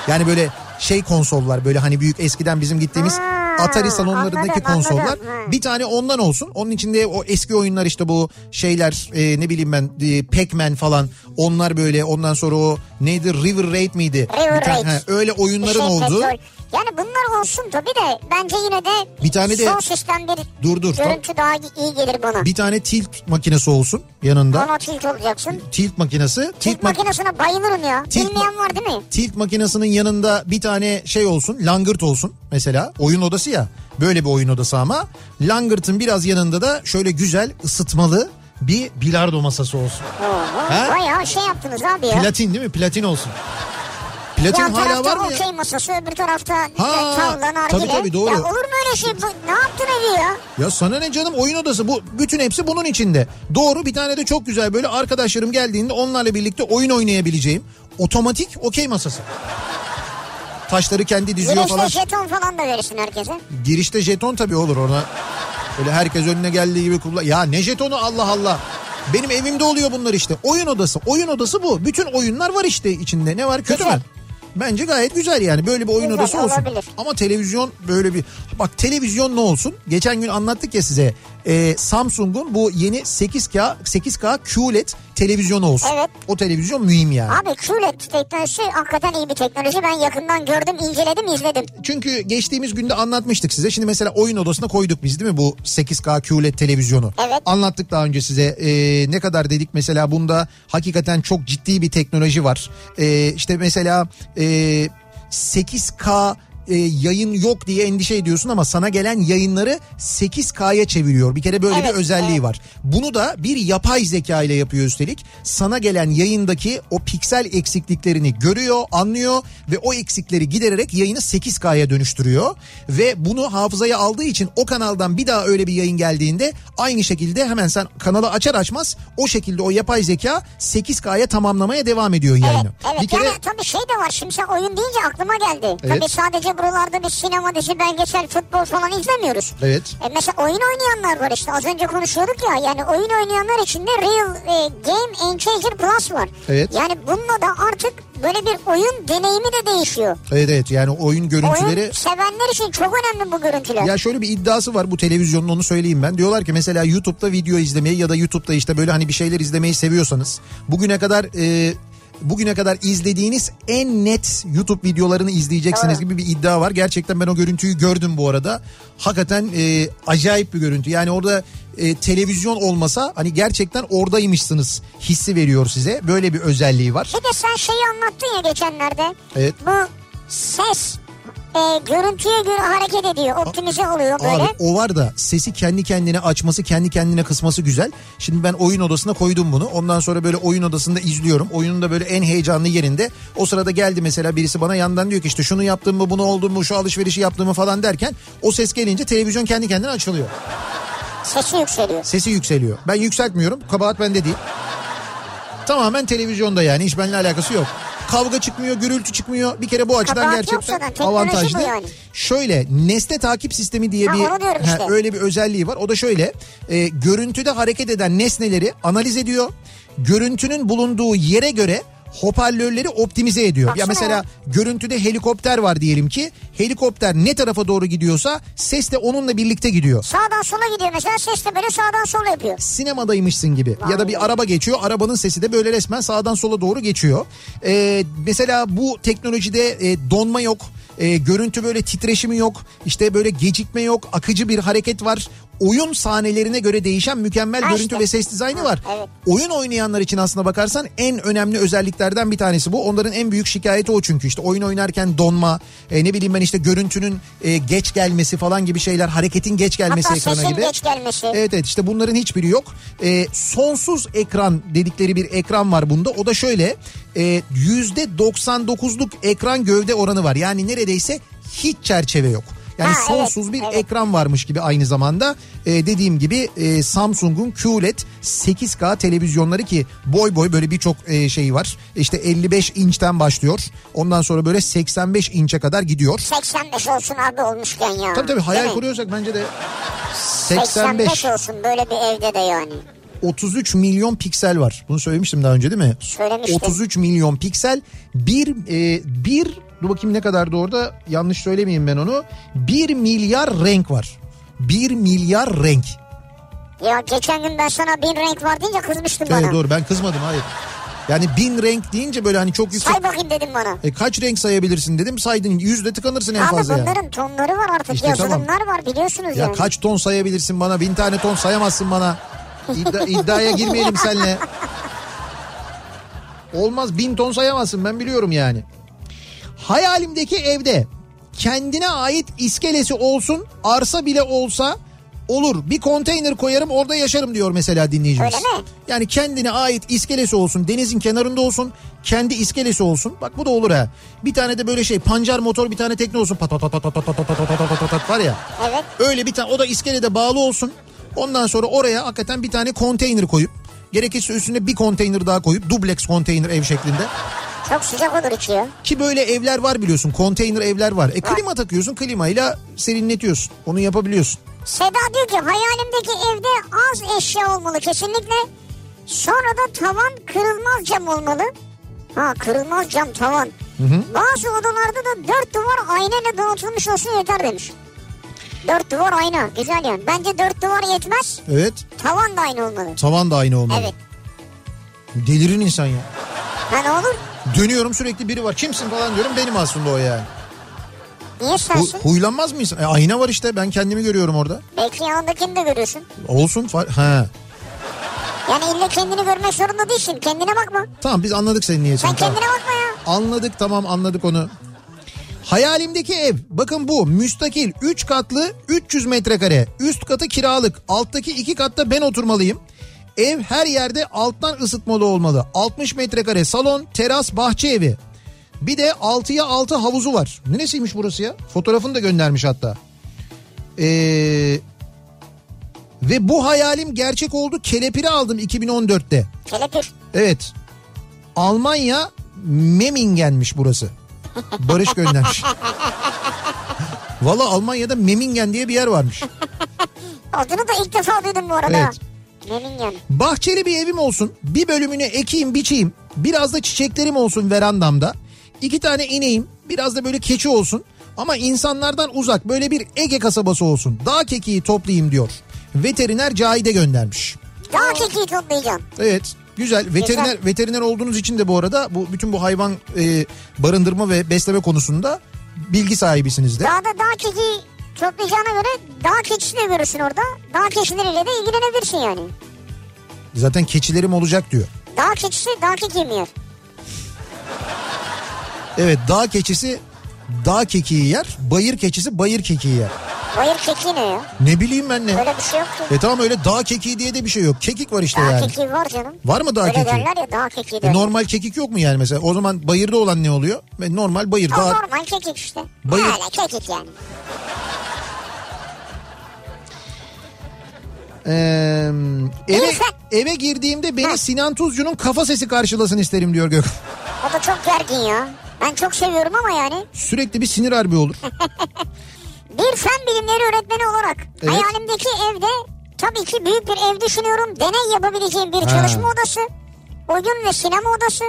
B: Yani böyle şey konsollar böyle hani büyük eskiden bizim gittiğimiz
A: Ha,
B: Atari salonlarındaki
A: Hmm, anladım,
B: konsollar.
A: anladım. Hmm. Ha.
B: Bir tane ondan olsun. Onun içinde o eski oyunlar işte bu şeyler e, ne bileyim ben e, Pac-Man falan onlar böyle ondan sonra o neydi River Raid miydi?
A: River
B: Bir tane-
A: Raid.
B: he, öyle oyunların
A: Şey,
B: olduğu.
A: petrol. Yani bunlar olsun tabii de bence yine de
B: Bir tane de-
A: son sistem bir
B: Dur, dur,
A: görüntü daha iyi gelir bana.
B: Bir tane tilt makinesi olsun yanında.
A: Ona tilt olacaksın.
B: Tilt makinesi.
A: Tilt makinesine bayılırım ya.
B: Tilt
A: Bilmeyen var değil mi?
B: tilt makinesinin yanında bir tane şey olsun langırt olsun mesela oyun odası ya böyle bir oyun odası ama langırtın biraz yanında da şöyle güzel ısıtmalı bir bilardo masası olsun.
A: Oo,
B: He?
A: Bayağı şey yaptınız abi ya.
B: Platin değil mi? Platin olsun. Platin
A: Yan
B: hala var
A: tarafta
B: mı ya?
A: okey masası öbür tarafta ha,
B: Ha,
A: tavla, nargile.
B: tabii tabii, doğru.
A: Ya olur mu öyle şey? Bu- ne yaptın evi ya?
B: Ya sana ne canım oyun odası bu bütün hepsi bunun içinde. Doğru bir tane de çok güzel böyle arkadaşlarım geldiğinde onlarla birlikte oyun oynayabileceğim otomatik okey masası. Taşları kendi diziyor
A: Güneşte
B: falan.
A: jeton falan da verirsin herkese.
B: Girişte jeton tabii olur ona. Öyle herkes önüne geldiği gibi kullan. Ya ne jetonu Allah Allah. Benim evimde oluyor bunlar işte. Oyun odası. Oyun odası bu. Bütün oyunlar var işte içinde. Ne var kötü
A: Güzel.
B: mü? Bence gayet güzel yani böyle bir oyun
A: Güzel,
B: odası olsun.
A: olabilir.
B: Ama televizyon böyle bir... Bak televizyon ne olsun? Geçen gün anlattık ya size. Ee, Samsung'un bu yeni 8K 8K QLED E televizyonu olsun.
A: Evet.
B: O televizyon mühim yani.
A: Abi QLED teknolojisi hakikaten iyi bir teknoloji. Ben yakından gördüm, inceledim, izledim.
B: Çünkü geçtiğimiz günde anlatmıştık size. Şimdi mesela oyun odasına koyduk biz değil mi bu 8K QLED E televizyonu?
A: Evet.
B: Anlattık daha önce size Ee, ne kadar dedik mesela bunda hakikaten çok ciddi bir teknoloji var. Ee, işte mesela... E, 8K e, yayın yok diye endişe ediyorsun ama sana gelen yayınları 8K'ya çeviriyor. Bir kere böyle
A: Evet,
B: bir özelliği
A: evet.
B: var. Bunu da bir yapay zeka ile yapıyor üstelik. Sana gelen yayındaki o piksel eksikliklerini görüyor, anlıyor ve o eksikleri gidererek yayını 8K'ya dönüştürüyor ve bunu hafızaya aldığı için o kanaldan bir daha öyle bir yayın geldiğinde aynı şekilde hemen sen kanalı açar açmaz o şekilde o yapay zeka 8K'ya tamamlamaya devam ediyor yayını.
A: Evet
B: Bir kere
A: yani tabii şey de var şimdi sen oyun deyince aklıma geldi.
B: Evet.
A: Tabii sadece buralarda bir sinema dizi belgesel futbol falan izlemiyoruz.
B: Evet.
A: E mesela oyun oynayanlar var işte az önce konuşuyorduk ya yani oyun oynayanlar için de Real e, Game Enchanger Plus var.
B: Evet.
A: Yani bununla da artık böyle bir oyun deneyimi de değişiyor.
B: evet evet yani oyun görüntüleri
A: Oyun sevenler için çok önemli bu görüntüler.
B: Ya şöyle bir iddiası var bu televizyonun onu söyleyeyim ben. Diyorlar ki mesela YouTube'da video izlemeyi ya da YouTube'da işte böyle hani bir şeyler izlemeyi seviyorsanız bugüne kadar e, bugüne kadar izlediğiniz en net YouTube videolarını izleyeceksiniz gibi bir iddia var. Gerçekten ben o görüntüyü gördüm bu arada. Hakikaten e, acayip bir görüntü. Yani orada e, televizyon olmasa hani gerçekten oradaymışsınız hissi veriyor size. Böyle bir özelliği var.
A: Bir de sen şeyi anlattın ya geçenlerde.
B: Evet.
A: Bu ses e, görüntüye göre hareket ediyor. Optimize oluyor böyle.
B: Abi o var da sesi kendi kendine açması kendi kendine kısması güzel. Şimdi ben oyun odasına koydum bunu. Ondan sonra böyle oyun odasında izliyorum. Oyunun da böyle en heyecanlı yerinde. O sırada geldi mesela birisi bana yandan diyor ki işte şunu yaptım mı bunu oldu mu şu alışverişi yaptım mı falan derken o ses gelince televizyon kendi kendine açılıyor.
A: Sesi yükseliyor.
B: Sesi yükseliyor. Ben yükseltmiyorum. Kabahat bende değil. Tamamen televizyonda yani hiç benimle alakası yok. Kavga çıkmıyor, gürültü çıkmıyor. Bir kere bu açıdan
A: Kabahat yok
B: gerçekten
A: zaten, teknoloji
B: avantajlı.
A: bu yani.
B: Şöyle nesne takip sistemi diye
A: Ha,
B: bir
A: onu diyorum işte.
B: öyle bir özelliği var. O da şöyle. e, görüntüde hareket eden nesneleri analiz ediyor. Görüntünün bulunduğu yere göre hoparlörleri optimize ediyor.
A: Baksana
B: ya mesela
A: ya.
B: görüntüde helikopter var diyelim ki. Helikopter ne tarafa doğru gidiyorsa ses de onunla birlikte gidiyor
A: Sağdan sola gidiyor mesela ses de böyle sağdan sola yapıyor.
B: sinemadaymışsın gibi ya da bir araba geçiyor arabanın sesi de böyle resmen sağdan sola doğru geçiyor. Ee, mesela bu teknolojide e, donma yok e, görüntü böyle titreşimi yok işte böyle gecikme yok akıcı bir hareket var. Oyun sahnelerine göre değişen mükemmel
A: Ha
B: görüntü
A: işte.
B: ve ses dizaynı var.
A: evet.
B: Oyun oynayanlar için aslına bakarsan en önemli özelliklerden bir tanesi bu. Onların en büyük şikayeti o çünkü işte oyun oynarken donma, e, ne bileyim ben işte görüntünün e, geç gelmesi falan gibi şeyler, hareketin geç gelmesi
A: Hatta
B: ekrana E-
A: sesin
B: gibi.
A: geç gelmesi.
B: Evet evet işte bunların hiçbiri yok. Ee, sonsuz ekran dedikleri bir ekran var bunda. O da şöyle e, %99'luk ekran gövde oranı var. Yani neredeyse hiç çerçeve yok. Yani
A: Ha, evet,
B: sonsuz bir
A: evet.
B: ekran varmış gibi aynı zamanda. Ee, dediğim gibi e, Samsung'un QLED 8K televizyonları ki boy boy böyle birçok e, şey var. İşte 55 inçten başlıyor. Ondan sonra böyle 85 inçe kadar gidiyor.
A: 85 olsun abi olmuşken ya.
B: Tabii tabii hayal
A: Değil mi?
B: kuruyorsak bence de
A: 85
B: 85
A: olsun böyle bir evde de yani.
B: 33 milyon piksel var. Bunu söylemiştim daha önce değil mi?
A: Söylemiştim.
B: 33 milyon piksel. Bir, e, bir dur bakayım ne kadar doğru da yanlış söylemeyeyim ben onu. 1 milyar renk var. 1 milyar renk.
A: Ya geçen gün ben sana bin renk var deyince kızmıştın
B: Evet
A: bana.
B: doğru ben kızmadım hayır. Yani bin renk deyince böyle hani çok yüksek.
A: Say bakayım dedim bana.
B: E, kaç renk sayabilirsin dedim saydın yüzde tıkanırsın E, en
A: Abi
B: fazla yani.
A: bunların tonları var artık
B: İşte
A: yazılımlar var biliyorsunuz
B: Ya
A: yani.
B: kaç ton sayabilirsin bana? Bin tane ton sayamazsın bana. İddia, iddiaya girmeyelim seninle. Olmaz bin ton sayamazsın ben biliyorum yani. Hayalimdeki evde kendine ait iskelesi olsun arsa bile olsa olur. Bir konteyner koyarım orada yaşarım diyor mesela dinleyicimiz.
A: Öyle mi?
B: Yani kendine ait iskelesi olsun denizin kenarında olsun kendi iskelesi olsun. Bak bu da olur ha. Bir tane de böyle şey pancar motor bir tane tekne olsun pat pat pat pat pat pat pat pat pat pat pat pat var ya.
A: Evet.
B: Öyle bir tane o da iskelede bağlı olsun. Ondan sonra oraya hakikaten bir tane konteyner koyup gerekirse üstüne bir konteyner daha koyup dubleks konteyner ev şeklinde.
A: Çok sıcak olur içi ya.
B: Ki böyle evler var biliyorsun konteyner evler var. E klima takıyorsun klimayla serinletiyorsun onu yapabiliyorsun.
A: Seda diyor ki hayalimdeki evde az eşya olmalı kesinlikle. Sonra da tavan kırılmaz cam olmalı. Ha kırılmaz cam tavan. Bazı odalarda da dört duvar aynayla donatılmış olsun yeter demiş. Dört duvar ayna güzel yani. Bence dört duvar yetmez.
B: Evet
A: Tavan da aynı olmalı.
B: tavan da aynı olmalı.
A: Evet.
B: Delirin insan ya.
A: Ha ne olur?
B: Dönüyorum sürekli biri var kimsin falan diyorum benim aslında o yani.
A: Niye
B: Hu-
A: sensin?
B: huylanmaz mı insan? E, ayna var işte ben kendimi görüyorum orada.
A: Belki yanındakini de görüyorsun.
B: Olsun fa- ha.
A: Yani illa kendini görmek zorunda değilsin. Kendine bakma.
B: Tamam biz anladık senin niyetini.
A: Sen
B: tamam.
A: kendine bakma ya.
B: Anladık tamam anladık onu. Hayalimdeki ev bakın bu müstakil 3 katlı 300 metrekare üst katı kiralık alttaki 2 katta ben oturmalıyım. Ev her yerde alttan ısıtmalı olmalı 60 metrekare salon teras bahçe evi bir de 6'ya 6 havuzu var. Neresiymiş burası ya? Fotoğrafını da göndermiş hatta. Ee, ve bu hayalim gerçek oldu. Kelepiri aldım 2014'te.
A: Kelepir.
B: Evet. Almanya Memingen'miş burası. Barış göndermiş. Valla Almanya'da Memingen diye bir yer varmış.
A: Adını da ilk defa duydum bu arada.
B: Evet.
A: Yemin yani.
B: Bahçeli bir evim olsun. Bir bölümünü ekeyim biçeyim. Biraz da çiçeklerim olsun verandamda. İki tane ineğim. Biraz da böyle keçi olsun. Ama insanlardan uzak böyle bir Ege kasabası olsun. Dağ kekiği toplayayım diyor. Veteriner Cahide göndermiş.
A: Daha kekiği toplayacaksın.
B: Evet. Güzel. Veteriner veteriner olduğunuz için de bu arada bu bütün bu hayvan e, barındırma ve besleme konusunda bilgi sahibisiniz de.
A: Daha da daha kekiği toplayacağına göre daha keçisini de görürsün orada. Daha keçileriyle de ilgilenebilirsin yani.
B: Zaten keçilerim olacak diyor.
A: Daha keçisi daha kekiği mi yer?
B: Evet, dağ keçisi dağ kekiği yer, bayır keçisi bayır kekiği yer.
A: Bayır kekiği ne ya?
B: Ne bileyim ben ne?
A: Öyle bir şey yok ki.
B: E tamam öyle dağ kekiği diye de bir şey yok. Kekik var işte
A: Daha
B: yani.
A: kekiği var canım.
B: Var mı dağ
A: Öyle
B: kekiği?
A: derler ya daha kekiği
B: E,
A: derler.
B: normal kekik yok mu yani mesela? O zaman bayırda olan ne oluyor? E, Normal bayır.
A: O
B: Dağ...
A: normal kekik işte.
B: Bayır-
A: Öyle kekik yani.
B: Ee, eve,
A: Neyse.
B: eve girdiğimde beni Sinan Tuzcu'nun kafa sesi karşılasın isterim diyor Gökhan.
A: O da çok gergin ya. Ben çok seviyorum ama yani.
B: Sürekli bir sinir harbi olur.
A: Bir fen bilimleri öğretmeni olarak
B: Evet.
A: hayalimdeki evde tabii ki büyük bir ev düşünüyorum. Deney yapabileceğim bir
B: Ha.
A: çalışma odası, oyun ve sinema odası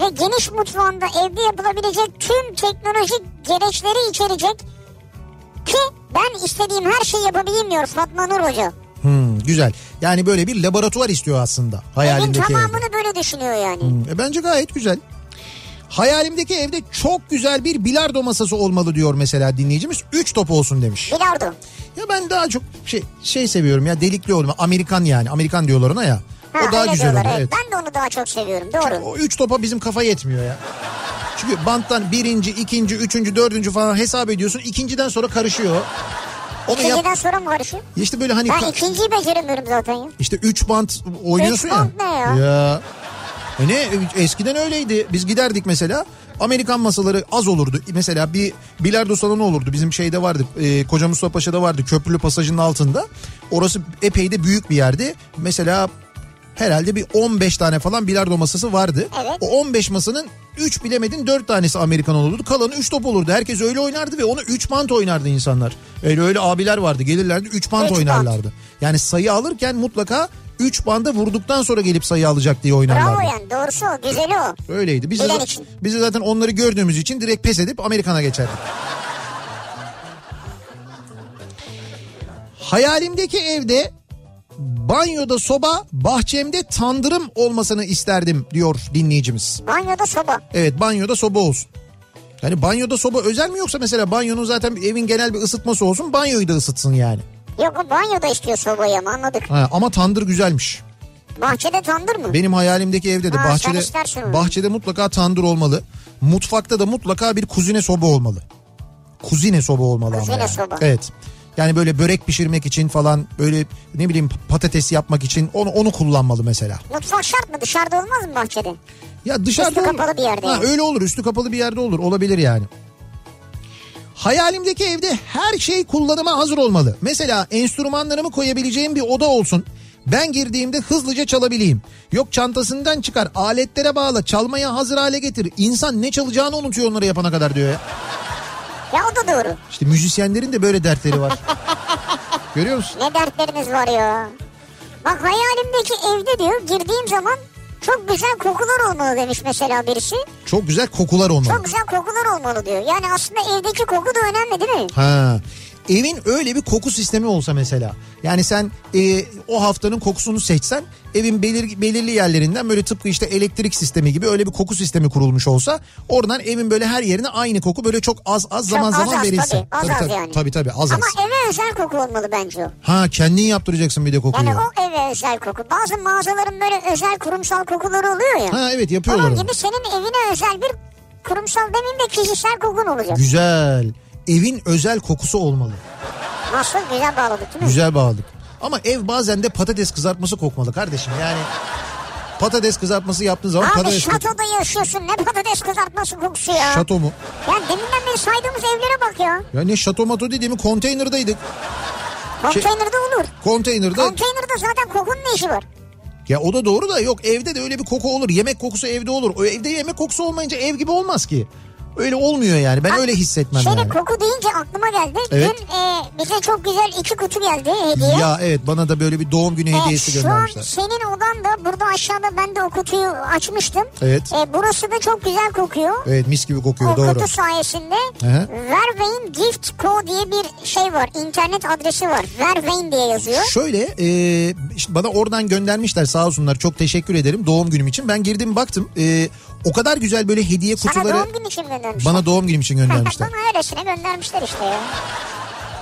A: ve geniş mutfağında evde yapılabilecek tüm teknolojik gereçleri içerecek ki ben istediğim her şeyi yapabileyim diyor Fatma Nur Hoca.
B: Hmm, güzel. Yani böyle bir laboratuvar istiyor aslında
A: Evin
B: hayalindeki evde.
A: tamamını böyle düşünüyor yani.
B: E, bence gayet güzel. Hayalimdeki evde çok güzel bir bilardo masası olmalı diyor mesela dinleyicimiz. Üç top olsun demiş.
A: Bilardo.
B: Ya ben daha çok şey şey seviyorum ya delikli olma. Amerikan yani. Amerikan diyorlar ona ya.
A: Ha,
B: o daha
A: öyle
B: güzel
A: diyorlar,
B: oluyor.
A: evet.
B: Evet.
A: Ben de onu daha çok seviyorum doğru.
B: O üç topa bizim kafa yetmiyor ya. Çünkü banttan birinci, ikinci, üçüncü, dördüncü falan hesap ediyorsun. İkinciden sonra karışıyor. Onu yap.
A: İkinciden sonra mı karışıyor?
B: İşte böyle hani
A: Ben
B: ka-
A: ikinciyi beceremiyorum zaten ya.
B: İşte 3 bant oynuyorsun
A: Üç bant
B: ya.
A: ne ya?
B: E ne eskiden öyleydi. Biz giderdik mesela Amerikan masaları az olurdu. Mesela bir bilardo salonu olurdu. Bizim şeyde vardı. E, Koca Mustafa Paşa'da vardı. Köprülü pasajının altında. Orası epey de büyük bir yerdi. Mesela herhalde bir 15 tane falan bilardo masası vardı.
A: Evet.
B: O 15 masanın 3 bilemedin 4 tanesi Amerikan olurdu. Kalanı 3 top olurdu. Herkes öyle oynardı ve onu 3 bant oynardı insanlar. Öyle öyle abiler vardı. Gelirlerdi 3 bant
A: Üç
B: oynarlardı. Yani sayı alırken mutlaka 3 banda vurduktan sonra gelip sayı alacak diye oynarlardı.
A: Bravo yani doğrusu o güzeli o.
B: Öyleydi. Biz de,
A: Bilen
B: za-
A: için.
B: biz de zaten onları gördüğümüz için direkt pes edip Amerikan'a geçerdik. Hayalimdeki evde banyoda soba, bahçemde tandırım olmasını isterdim diyor dinleyicimiz.
A: Banyoda soba.
B: Evet banyoda soba olsun. Yani banyoda soba özel mi yoksa mesela banyonun zaten evin genel bir ısıtması olsun banyoyu da ısıtsın yani.
A: Yok o banyoda istiyor sobayı ama anladık.
B: Ha, ama tandır güzelmiş.
A: Bahçede tandır mı?
B: Benim hayalimdeki evde de
A: Ha, sen
B: bahçede
A: istersin onu.
B: bahçede mutlaka tandır olmalı. Mutfakta da mutlaka bir kuzine soba olmalı. Kuzine soba olmalı
A: Kuzine
B: ama. yani.
A: soba.
B: Evet. Yani böyle börek pişirmek için falan böyle ne bileyim patates yapmak için onu onu kullanmalı mesela.
A: Mutfak şart mı? Dışarıda olmaz mı bahçede?
B: Ya dışarıda
A: Üstü
B: olur.
A: kapalı bir yerde
B: Ha,
A: yani.
B: öyle olur. Üstü kapalı bir yerde olur. Olabilir yani. Hayalimdeki evde her şey kullanıma hazır olmalı. Mesela enstrümanlarımı koyabileceğim bir oda olsun. Ben girdiğimde hızlıca çalabileyim. Yok çantasından çıkar, aletlere bağla, çalmaya hazır hale getir. İnsan ne çalacağını unutuyor onları yapana kadar diyor ya.
A: Ya o da doğru.
B: İşte müzisyenlerin de böyle dertleri var. Görüyor musun?
A: Ne dertleriniz var ya. Bak hayalimdeki evde diyor girdiğim zaman çok güzel kokular olmalı demiş mesela birisi.
B: Çok güzel kokular olmalı.
A: Çok güzel kokular olmalı diyor. Yani aslında evdeki koku da önemli değil mi?
B: Ha. Evin öyle bir koku sistemi olsa mesela. Yani sen e, o haftanın kokusunu seçsen evin belir- belirli yerlerinden böyle tıpkı işte elektrik sistemi gibi öyle bir koku sistemi kurulmuş olsa oradan evin böyle her yerine aynı koku böyle çok az az
A: Çok
B: zaman
A: az
B: zaman
A: az
B: verilse.
A: tabii, az az
B: tabii,
A: yani.
B: tabii tabii az
A: Ama
B: az.
A: eve özel koku olmalı bence o.
B: Ha kendin yaptıracaksın bir de kokuyu.
A: Yani o eve özel koku. Bazı mağazaların böyle özel kurumsal kokuları oluyor ya.
B: Ha evet yapıyorlar.
A: Onun
B: onu.
A: gibi senin evine özel bir kurumsal demeyeyim de kişisel kokun olacak.
B: Güzel. Evin özel kokusu olmalı.
A: Nasıl güzel bağladık değil mi?
B: Güzel bağladık. Ama ev bazen de patates kızartması kokmalı kardeşim. Yani patates kızartması yaptığın zaman
A: Abi
B: patates kok-
A: şatoda yaşıyorsun ne patates kızartması kokusu ya.
B: Şato mu?
A: Ya deminden beri saydığımız evlere bak ya.
B: Ya ne şato mato dediğimi konteynerdaydık. Şey-
A: Konteynerde olur.
B: Konteynerde.
A: Konteynerde zaten kokunun ne işi var?
B: ya o da doğru da yok evde de öyle bir koku olur. Yemek kokusu evde olur. O evde yemek kokusu olmayınca ev gibi olmaz ki. Öyle olmuyor yani. Ben
A: Abi,
B: öyle hissetmem
A: Şöyle
B: yani.
A: koku deyince aklıma geldi.
B: Evet.
A: Dün e, bize çok güzel iki kutu geldi hediye.
B: Ya evet bana da böyle bir doğum günü
A: E,
B: hediyesi
A: şu an
B: göndermişler.
A: senin odan da burada aşağıda ben de o kutuyu açmıştım.
B: Evet.
A: E, burası da çok güzel kokuyor.
B: Evet mis gibi kokuyor
A: o
B: doğru.
A: kutu sayesinde
B: hı.
A: Vervein Gift Co diye bir şey var. İnternet adresi var. Vervein diye yazıyor.
B: Şöyle e, işte bana oradan göndermişler sağ olsunlar çok teşekkür ederim doğum günüm için. Ben girdim baktım e, o kadar güzel böyle hediye
A: Sana
B: kutuları
A: doğum günü için göndermişler.
B: bana doğum günüm için göndermişler.
A: Bana öylesine göndermişler işte ya.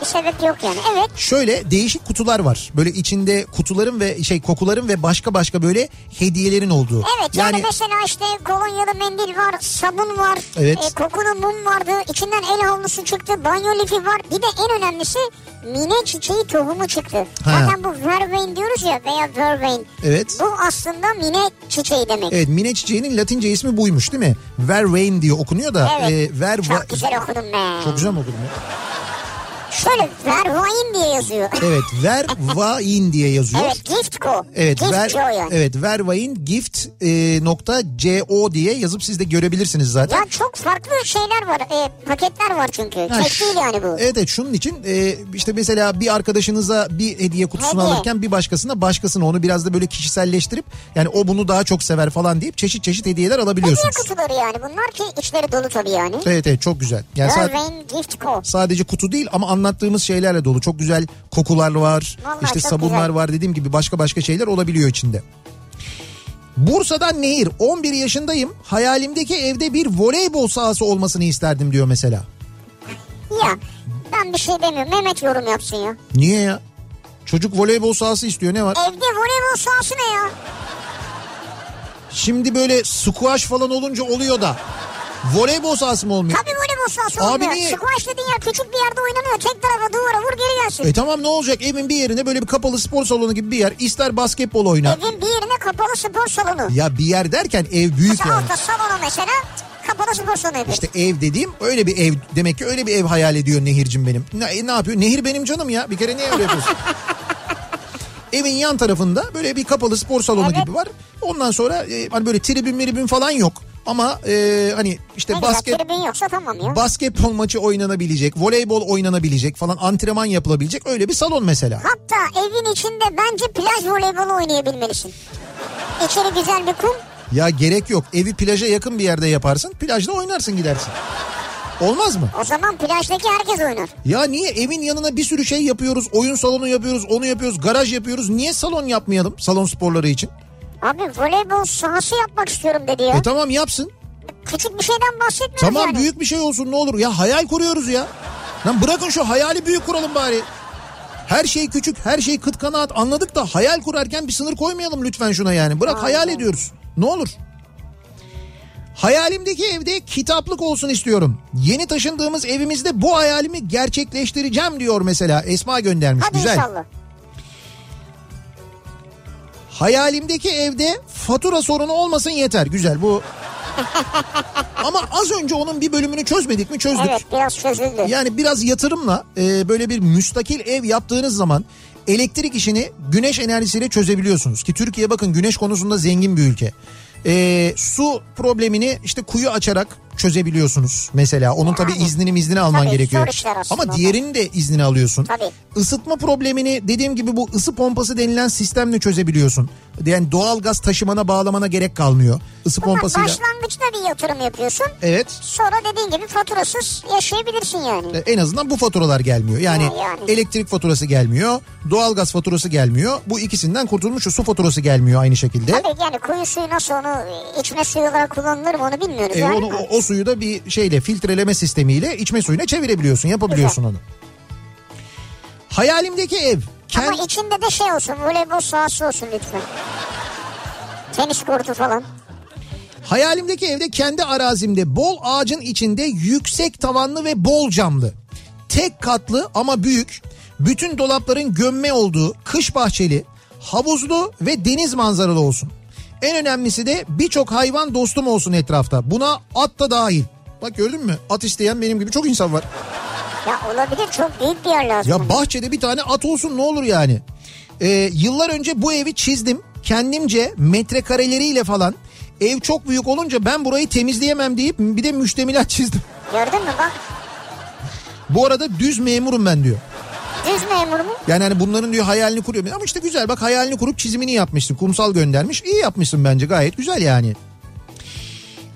A: Bir sebep yok yani. Evet.
B: Şöyle değişik kutular var. Böyle içinde kutuların ve şey kokuların ve başka başka böyle hediyelerin olduğu.
A: Evet yani, mesela işte kolonyalı mendil var, sabun var, e,
B: Evet.
A: kokulu mum vardı, içinden el havlusu çıktı, banyo lifi var. Bir de en önemlisi mine çiçeği tohumu çıktı.
B: Ha.
A: Zaten bu vervain diyoruz ya veya vervain.
B: Evet. E,
A: Bu aslında mine çiçeği demek.
B: Evet mine çiçeğinin latince ismi buymuş değil mi? Vervain diye okunuyor da.
A: Evet.
B: e, ver,
A: Çok güzel okudum be.
B: Çok güzel mi okudum ya?
A: Şöyle vervain diye yazıyor.
B: Evet vervain diye yazıyor.
A: evet gift co.
B: Evet,
A: gift
B: ver,
A: co yani.
B: evet Vervain gift e, nokta co diye yazıp siz de görebilirsiniz zaten.
A: Ya çok farklı şeyler var. e, paketler var çünkü.
B: Ha,
A: Tek
B: şu-
A: değil yani bu.
B: Evet evet şunun için e, işte mesela bir arkadaşınıza bir hediye kutusunu
A: Hediye.
B: alırken bir başkasına başkasına onu biraz da böyle kişiselleştirip yani o bunu daha çok sever falan deyip çeşit çeşit hediyeler
A: Hediye
B: alabiliyorsunuz.
A: kutuları yani bunlar ki içleri dolu tabii yani.
B: Evet evet çok güzel. Yani sa-
A: Irving Gift Co.
B: sadece kutu değil ama anlattığımız şeylerle dolu. Çok güzel kokular var.
A: Vallahi
B: işte
A: çok
B: sabunlar
A: güzel.
B: var dediğim gibi başka başka şeyler olabiliyor içinde. Bursa'dan Nehir 11 yaşındayım. Hayalimdeki evde bir voleybol sahası olmasını isterdim diyor mesela.
A: Ya ben bir şey demiyorum. Mehmet yorum yapsın ya.
B: Niye ya? Çocuk voleybol sahası istiyor ne var?
A: Evde voleybol sahası ne ya?
B: Şimdi böyle squash falan olunca oluyor da. Voleybol sahası mı olmuyor?
A: Tabii voleybol sahası
B: Abi
A: olmuyor.
B: niye?
A: Squash dediğin yer küçük bir yerde oynanıyor. Tek tarafa duvara vur geri gelsin.
B: E tamam ne olacak evin bir yerine böyle bir kapalı spor salonu gibi bir yer. İster basketbol oyna.
A: Evin bir yerine kapalı spor salonu.
B: Ya bir yer derken ev büyük
A: Mesela
B: yani.
A: altta salona mesela kapalı spor salonu yapıyor.
B: İşte ev dediğim öyle bir ev. Demek ki öyle bir ev hayal ediyor Nehir'cim benim. Ne, ne yapıyor? Nehir benim canım ya. Bir kere niye öyle yapıyorsun? Evin yan tarafında böyle bir kapalı spor salonu
A: Evet.
B: gibi var. Ondan sonra e, hani böyle tribün miribün falan yok. Ama e, hani işte
A: Ne
B: basket
A: güzel tribün yoksa tamam ya.
B: basketbol maçı oynanabilecek, voleybol oynanabilecek falan antrenman yapılabilecek öyle bir salon mesela.
A: Hatta evin içinde bence plaj voleybolu oynayabilmelisin. İçeri güzel bir kum.
B: Ya gerek yok. Evi plaja yakın bir yerde yaparsın. Plajda oynarsın gidersin. Olmaz mı?
A: O zaman plajdaki herkes oynar.
B: Ya niye evin yanına bir sürü şey yapıyoruz. Oyun salonu yapıyoruz, onu yapıyoruz, garaj yapıyoruz. Niye salon yapmayalım salon sporları için?
A: Abi voleybol sahası yapmak istiyorum dedi ya.
B: E tamam yapsın.
A: Küçük bir şeyden bahsetmiyoruz
B: Tamam
A: yani.
B: büyük bir şey olsun ne olur. Ya hayal kuruyoruz ya. Lan bırakın şu hayali büyük kuralım bari. Her şey küçük, her şey kıt kanaat anladık da hayal kurarken bir sınır koymayalım lütfen şuna yani. Bırak hayal ediyoruz. Ne olur. Hayalimdeki evde kitaplık olsun istiyorum. Yeni taşındığımız evimizde bu hayalimi gerçekleştireceğim diyor mesela. Esma göndermiş.
A: Hadi
B: Güzel.
A: inşallah.
B: Hayalimdeki evde fatura sorunu olmasın yeter. Güzel bu. Ama az önce onun bir bölümünü çözmedik mi? Çözdük.
A: Evet biraz çözüldü.
B: Yani biraz yatırımla e, böyle bir müstakil ev yaptığınız zaman elektrik işini güneş enerjisiyle çözebiliyorsunuz. Ki Türkiye bakın güneş konusunda zengin bir ülke. E, su problemini işte kuyu açarak çözebiliyorsunuz mesela. Onun tabii iznini iznini alman
A: Tabii, zor
B: gerekiyor.
A: işler aslında.
B: Ama diğerinin de iznini alıyorsun.
A: Tabii.
B: Isıtma problemini dediğim gibi bu ısı pompası denilen sistemle çözebiliyorsun. Yani doğal gaz taşımana bağlamana gerek kalmıyor. Isı
A: Ama
B: pompasıyla.
A: başlangıçta bir yatırım yapıyorsun.
B: Evet.
A: Sonra dediğin gibi faturasız yaşayabilirsin yani.
B: E, en azından bu faturalar gelmiyor. Yani,
A: Ha, yani.
B: elektrik faturası gelmiyor, doğalgaz faturası gelmiyor. Bu ikisinden kurtulmuşuz. Su faturası gelmiyor aynı şekilde.
A: Tabii yani kuyu suyu nasıl onu içme suyu olarak kullanılır mı onu bilmiyoruz.
B: E,
A: yani.
B: onu, o, o suyu da bir şeyle filtreleme sistemiyle içme suyuna çevirebiliyorsun, yapabiliyorsun onu. Hayalimdeki ev.
A: Ama
B: Kend,
A: içinde de şey olsun voleybol sahası olsun lütfen. Tenis kortu falan.
B: Hayalimdeki evde kendi arazimde bol ağacın içinde yüksek tavanlı ve bol camlı. Tek katlı ama büyük. Bütün dolapların gömme olduğu kış bahçeli, havuzlu ve deniz manzaralı olsun. En önemlisi de birçok hayvan dostum olsun etrafta. Buna at da dahil. Bak gördün mü? At isteyen benim gibi çok insan var.
A: Ya olabilir çok büyük bir yer lazım.
B: Ya bahçede bir tane at olsun ne olur yani. Ee, yıllar önce bu evi çizdim. Kendimce metrekareleriyle falan. Ev çok büyük olunca ben burayı temizleyemem deyip bir de müştemilat çizdim.
A: Gördün mü bak
B: Bu arada düz memurum ben diyor.
A: düz memur mu?
B: Yani hani bunların diyor hayalini kuruyor. Ama işte güzel bak hayalini kurup çizimini yapmışsın. Kumsal göndermiş. İyi yapmışsın bence gayet güzel yani.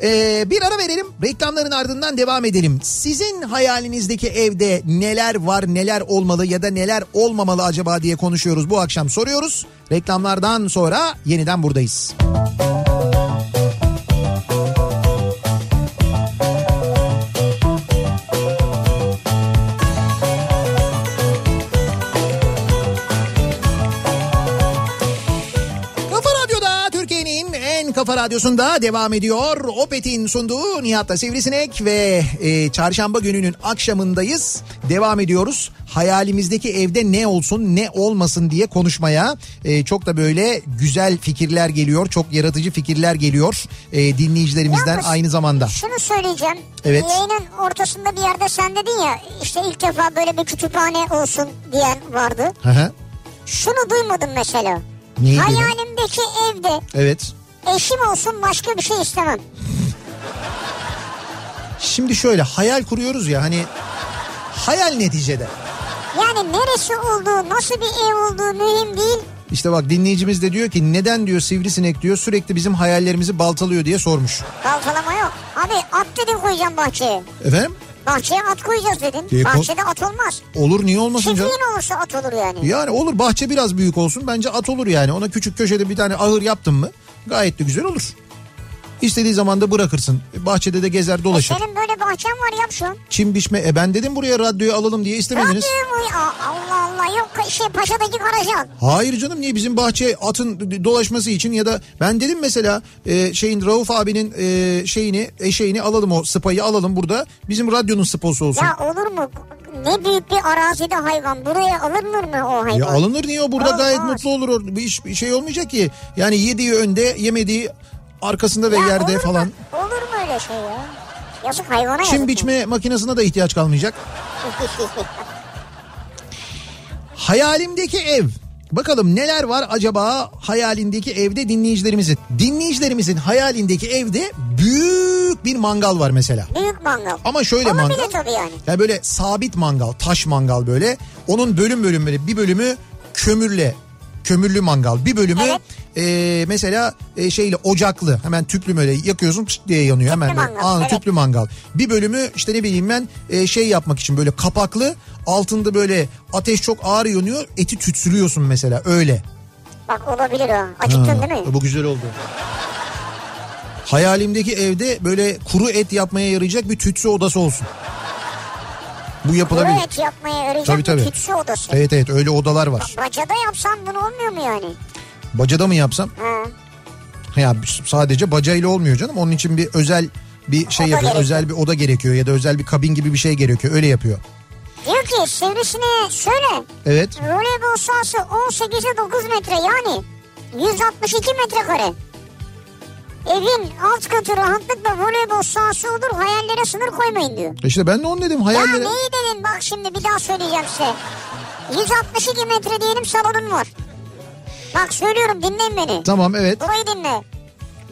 B: Ee, bir ara verelim. Reklamların ardından devam edelim. Sizin hayalinizdeki evde neler var, neler olmalı ya da neler olmamalı acaba diye konuşuyoruz. Bu akşam soruyoruz. Reklamlardan sonra yeniden buradayız. Kafa Radyo'da Türkiye'nin en kafa radyosunda devam ediyor. Opet'in sunduğu Nihat'la Sivrisinek ve e, çarşamba gününün akşamındayız. Devam ediyoruz. Hayalimizdeki evde ne olsun ne olmasın diye konuşmaya E, çok da böyle güzel fikirler geliyor. Çok yaratıcı fikirler geliyor e, dinleyicilerimizden
A: Yalnız-
B: aynı zamanda.
A: Şunu söyleyeceğim.
B: Evet.
A: Yayının ortasında bir yerde sen dedin ya işte ilk defa böyle bir kütüphane olsun diyen vardı.
B: Hı hı.
A: Şunu duymadım mesela.
B: Neyi duydun?
A: Hayalimdeki evde
B: Evet.
A: eşim olsun başka bir şey istemem.
B: Şimdi şöyle hayal kuruyoruz ya hani hayal neticede.
A: Yani neresi olduğu, nasıl bir ev olduğu mühim değil.
B: İşte bak dinleyicimiz de diyor ki neden diyor sivrisinek diyor sürekli bizim hayallerimizi baltalıyor diye sormuş.
A: Baltalama yok. Abi at dedin koyacağım bahçeye.
B: Efendim?
A: Bahçeye at koyacağız dedin.
B: Ee, ko-
A: Bahçede at olmaz.
B: Olur niye olmasın canım?
A: Çiftliğin olursa at olur yani.
B: Yani olur bahçe biraz büyük olsun bence at olur yani. Ona küçük köşede bir tane ahır yaptın mı gayet de güzel olur. İstediği zaman da bırakırsın. E, Bahçede de gezer dolaşır.
A: Senin böyle bahçen var yap şu.
B: Çim biçme. E ben dedim buraya radyoyu alalım diye istemediniz.
A: Radyoyu- Aa, Allah Allah yok şey paşadaki garaja al.
B: Hayır canım niye bizim bahçe atın dolaşması için ya da ben dedim mesela e, şeyin Rauf abinin e, şeyini eşeğini alalım o spayı alalım burada bizim radyonun sposu olsun.
A: Ya olur mu? Ne büyük bir arazide hayvan. Buraya alınır mı o hayvan?
B: Ya alınır niye o burada
A: Aa,
B: gayet
A: aa.
B: mutlu olur. Or- Bir, iş- bir şey olmayacak ki. Yani yediği önde, yemediği arkasında ve
A: Ya
B: yerde
A: olur
B: falan.
A: Mu? Olur mu öyle şey ya? Yazık hayvana
B: Çim
A: yazık.
B: biçme makinesine de ihtiyaç kalmayacak. Hayalimdeki ev. Bakalım neler var acaba hayalindeki evde dinleyicilerimizin. Dinleyicilerimizin hayalindeki evde büyük bir mangal var mesela.
A: Büyük mangal.
B: Ama şöyle
A: Olabilir
B: mangal.
A: tabii yani.
B: Ya böyle sabit mangal, taş mangal böyle. Onun bölüm bölüm böyle bir bölümü kömürle kömürlü mangal. Bir bölümü
A: Evet.
B: e, mesela e, şeyle ocaklı. Hemen tüplü böyle yakıyorsun pşt diye yanıyor hemen. böyle.
A: mangal,
B: Aa,
A: evet.
B: Tüplü mangal. Bir bölümü işte ne bileyim ben e, şey yapmak için böyle kapaklı. Altında böyle ateş çok ağır yanıyor. Eti tütsülüyorsun mesela öyle.
A: Bak olabilir o. Acıktın değil mi?
B: Bu güzel oldu. Hayalimdeki evde böyle kuru et yapmaya yarayacak bir tütsü odası olsun. Bu
A: Kuru
B: yapılabilir.
A: et yapmaya yarayacak
B: Tabii,
A: bir
B: tabii.
A: tütsü odası.
B: Evet evet öyle odalar var.
A: Bacada yapsan bunu olmuyor mu yani?
B: Bacada mı yapsam?
A: Ha.
B: Ya sadece bacayla olmuyor canım. Onun için bir özel bir şey
A: Oda
B: yapıyor.
A: gerekiyor.
B: Özel bir oda gerekiyor ya da özel bir kabin gibi bir şey gerekiyor. Öyle yapıyor.
A: Diyor ki sivrisine söyle.
B: Evet.
A: Voleybol sahası 18'e 9 metre yani 162 metrekare. Evin alt katı rahatlıkla voleybol sahası olur hayallere sınır koymayın diyor.
B: İşte E ben de onu dedim.
A: Ya
B: Hayallere...
A: neyi dedin bak şimdi bir daha söyleyeceğim size. 162 metre diyelim salonun var. Bak söylüyorum dinleyin beni.
B: Tamam evet.
A: Burayı dinle.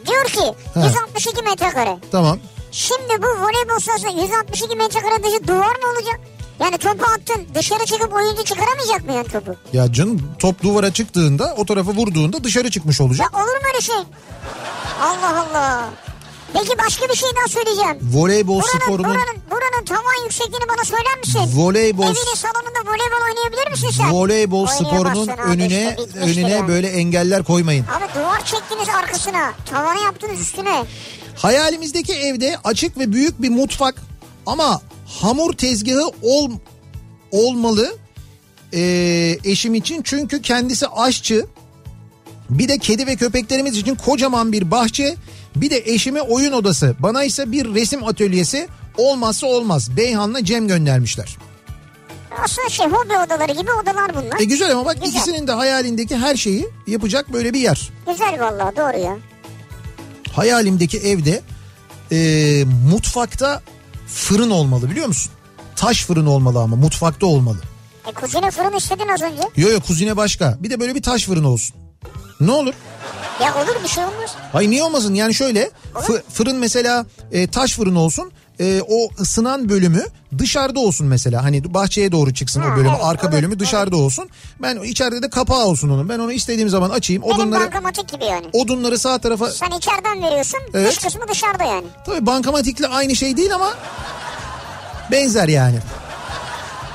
A: Diyor ki
B: Ha.
A: 162 metrekare.
B: Tamam.
A: Şimdi bu voleybol sahası 162 metrekare dışı duvar mı olacak? Yani topu attın dışarı çıkıp oyuncu çıkaramayacak mı yani topu?
B: Ya canım top duvara çıktığında o tarafa vurduğunda dışarı çıkmış
A: Ya
B: olacak.
A: olur mu öyle şey? Allah Allah. Peki başka bir şey daha söyleyeceğim.
B: Voleybol
A: Buranın,
B: sporunun
A: buranın, buranın tavan yüksekliğini bana söyler misin?
B: Voleybol-
A: Evinin salonunda voleybol oynayabilir misin sen?
B: voleybol sporunun
A: Oynayamazsın abi
B: önüne
A: işte, bitmiştir
B: önüne
A: yani.
B: böyle engeller koymayın.
A: Abi duvar çektiniz arkasına. Tavanı yaptınız üstüne.
B: Hayalimizdeki evde açık ve büyük bir mutfak ama hamur tezgahı ol, olmalı ee, eşim için çünkü kendisi aşçı. Bir de kedi ve köpeklerimiz için kocaman bir bahçe Bir de eşime oyun odası, bana ise bir resim atölyesi olmazsa olmaz. Beyhan'la Cem göndermişler.
A: Aslında şey hobi odaları gibi odalar bunlar.
B: E güzel ama bak
A: Güzel.
B: ikisinin de hayalindeki her şeyi yapacak böyle bir yer.
A: Güzel vallahi doğru ya.
B: Hayalimdeki evde e, mutfakta fırın olmalı biliyor musun? Taş fırın olmalı ama mutfakta olmalı.
A: E kuzine fırın istedin az önce.
B: Yo yo kuzine başka. Bir de böyle bir taş fırın olsun. Ne olur?
A: Ya olur bir şey olmaz.
B: Ay niye olmasın? Yani şöyle fı- fırın mesela e, taş fırın olsun. E, o ısınan bölümü dışarıda olsun mesela. Hani bahçeye doğru çıksın
A: Ha,
B: o bölümü.
A: evet,
B: arka
A: evet,
B: bölümü dışarıda olsun. Ben içeride de kapağı olsun onun. Ben onu istediğim zaman açayım.
A: Benim
B: Odunları
A: bankamatik gibi yani.
B: odunları sağ tarafa
A: Sen içeriden veriyorsun
B: Evet.
A: dış kısmı dışarıda yani.
B: Tabii bankamatikle aynı şey değil ama benzer yani.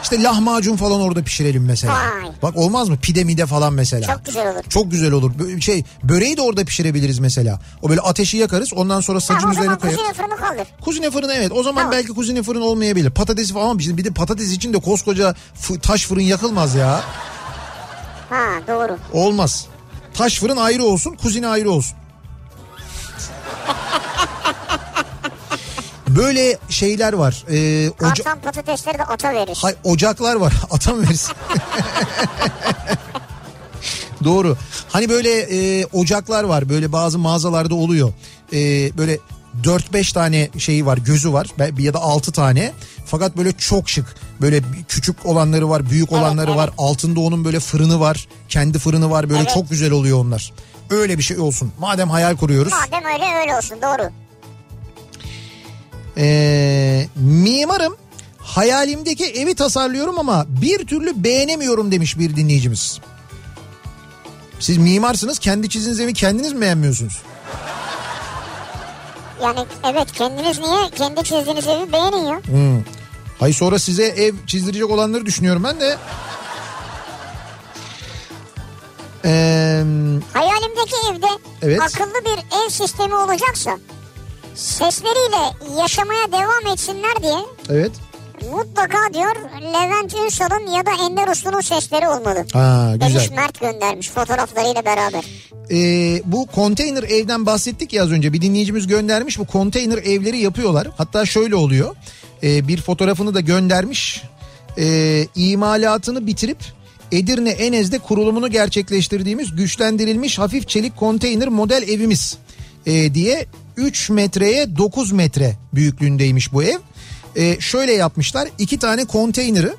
B: İşte lahmacun falan orada pişirelim mesela.
A: Vay.
B: Bak olmaz mı? Pide mide falan mesela.
A: Çok güzel olur.
B: Çok güzel olur. Bö- Şey böreği de orada pişirebiliriz mesela. O böyle ateşi yakarız ondan sonra sacın
A: Tamam o
B: üzerine
A: zaman
B: koyarız.
A: kuzine fırını kaldır.
B: Kuzine fırını evet o zaman
A: Tamam.
B: belki kuzine fırın olmayabilir. Patatesi falan şimdi bir de patates için de koskoca fı- taş fırın yakılmaz ya.
A: Ha doğru.
B: Olmaz. Taş fırın ayrı olsun, kuzine ayrı olsun. Böyle şeyler var. Ee, oca-
A: Artan patatesleri de ata verir.
B: Hay, ocaklar var. Ata mı verirsin? Doğru. Hani böyle e, ocaklar var. Böyle bazı mağazalarda oluyor. E, böyle 4-5 tane şeyi var gözü var Be- ya da 6 tane fakat böyle çok şık böyle bi- küçük olanları var büyük olanları var altında onun böyle fırını var kendi fırını var böyle
A: Evet.
B: çok güzel oluyor onlar öyle bir şey olsun madem hayal kuruyoruz
A: Madem öyle öyle olsun doğru.
B: Ee, mimarım hayalimdeki evi tasarlıyorum ama bir türlü beğenemiyorum demiş bir dinleyicimiz. Siz mimarsınız kendi çizdiğiniz evi kendiniz mi beğenmiyorsunuz?
A: Yani evet kendiniz niye kendi çizdiğiniz evi beğenin ya.
B: Hayır sonra size ev çizdirecek olanları düşünüyorum ben de. Ee,
A: Hayalimdeki evde
B: Evet.
A: akıllı bir ev sistemi olacaksa sesleriyle yaşamaya devam etsinler diye
B: evet.
A: mutlaka diyor Levent Ünsal'ın ya da Ender Uslu'nun sesleri olmalı.
B: Ha güzel.
A: Demiş Mert göndermiş fotoğraflarıyla beraber.
B: Ee, bu konteyner evden bahsettik ya az önce bir dinleyicimiz göndermiş bu konteyner evleri yapıyorlar hatta şöyle oluyor Ee, bir fotoğrafını da göndermiş Ee, imalatını bitirip Edirne Enez'de kurulumunu gerçekleştirdiğimiz güçlendirilmiş hafif çelik konteyner model evimiz ee, diye 3 metreye 9 metre büyüklüğündeymiş bu ev Ee, şöyle yapmışlar iki tane konteyneri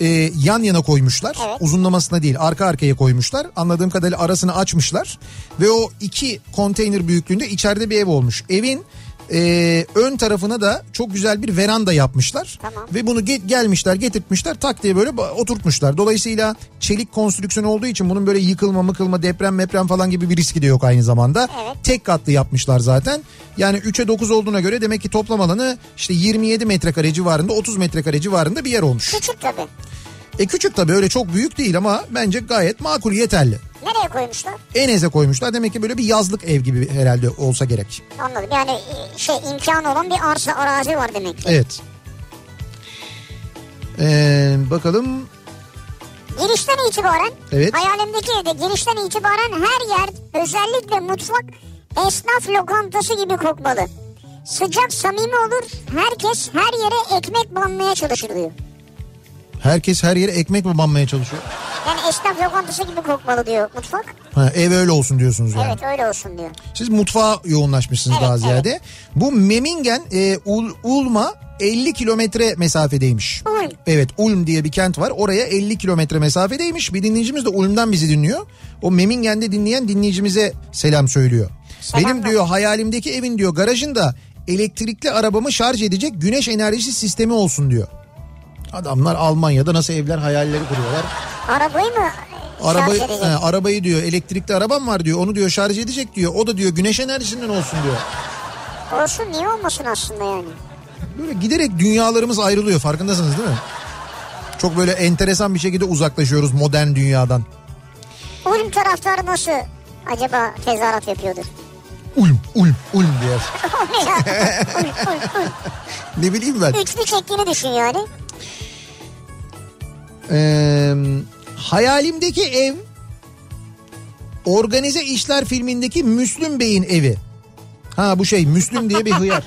B: e, yan yana koymuşlar. Uzunlamasına değil arka arkaya koymuşlar. Anladığım kadarıyla arasını açmışlar. Ve o iki konteyner büyüklüğünde içeride bir ev olmuş. Evin e, ön tarafına da çok güzel bir veranda yapmışlar.
A: Tamam.
B: Ve bunu ge- gelmişler getirtmişler tak diye böyle ba- oturtmuşlar. Dolayısıyla çelik konstrüksiyon olduğu için bunun böyle yıkılma mıkılma deprem meprem falan gibi bir riski de yok aynı zamanda. Tek katlı yapmışlar zaten. Yani 3'e 9 olduğuna göre demek ki toplam alanı işte 27 metrekare civarında 30 metrekare civarında bir yer olmuş.
A: Küçük tabii.
B: E küçük tabii öyle çok büyük değil ama bence gayet makul yeterli.
A: Nereye koymuşlar?
B: Eneze koymuşlar demek ki böyle bir yazlık ev gibi herhalde olsa gerek.
A: Anladım. Yani e, şey imkanı olan bir arsa arazi var demek ki.
B: Evet. Ee, bakalım
A: Girişten itibaren
B: Evet.
A: hayalimdeki evde girişten itibaren her yer özellikle mutfak esnaf lokantası gibi kokmalı. Sıcak samimi olur herkes her yere ekmek banmaya çalışır diyor.
B: herkes her yere ekmek mi banmaya çalışıyor?
A: Yani esnaf lokantası gibi kokmalı diyor mutfak.
B: Ha, ev öyle olsun diyorsunuz yani.
A: Evet öyle olsun diyor.
B: Siz mutfağa yoğunlaşmışsınız
A: Evet,
B: daha
A: evet.
B: ziyade. Bu Memmingen e, Ul- Ulm'a 50 kilometre mesafedeymiş.
A: Ulm.
B: Evet Ulm diye bir kent var. Oraya 50 kilometre mesafedeymiş. Bir dinleyicimiz de Ulm'dan bizi dinliyor. O Memmingen'de dinleyen dinleyicimize selam söylüyor.
A: Selam
B: Benim
A: ver.
B: diyor hayalimdeki evin diyor garajında elektrikli arabamı şarj edecek güneş enerjisi sistemi olsun diyor. Adamlar Almanya'da nasıl evler hayalleri kuruyorlar.
A: Arabayı mı e,
B: Arabayı,
A: şarj edecek?
B: he, arabayı diyor elektrikli arabam var diyor onu diyor şarj edecek diyor. O da diyor güneş enerjisinden olsun diyor.
A: Olsun niye olmasın aslında yani.
B: Böyle giderek dünyalarımız ayrılıyor farkındasınız değil mi? Çok böyle enteresan bir şekilde uzaklaşıyoruz modern dünyadan.
A: Ulm taraftarı nasıl acaba tezahürat yapıyordur?
B: Ulm, ulm, ulm diyor.
A: O ne ya? Ulm, ulm, ulm.
B: Ne bileyim ben.
A: Üçlü çektiğini düşün yani.
B: Ee, hayalimdeki ev Organize İşler filmindeki Müslüm Bey'in evi. Ha bu şey Müslüm diye bir hıyar.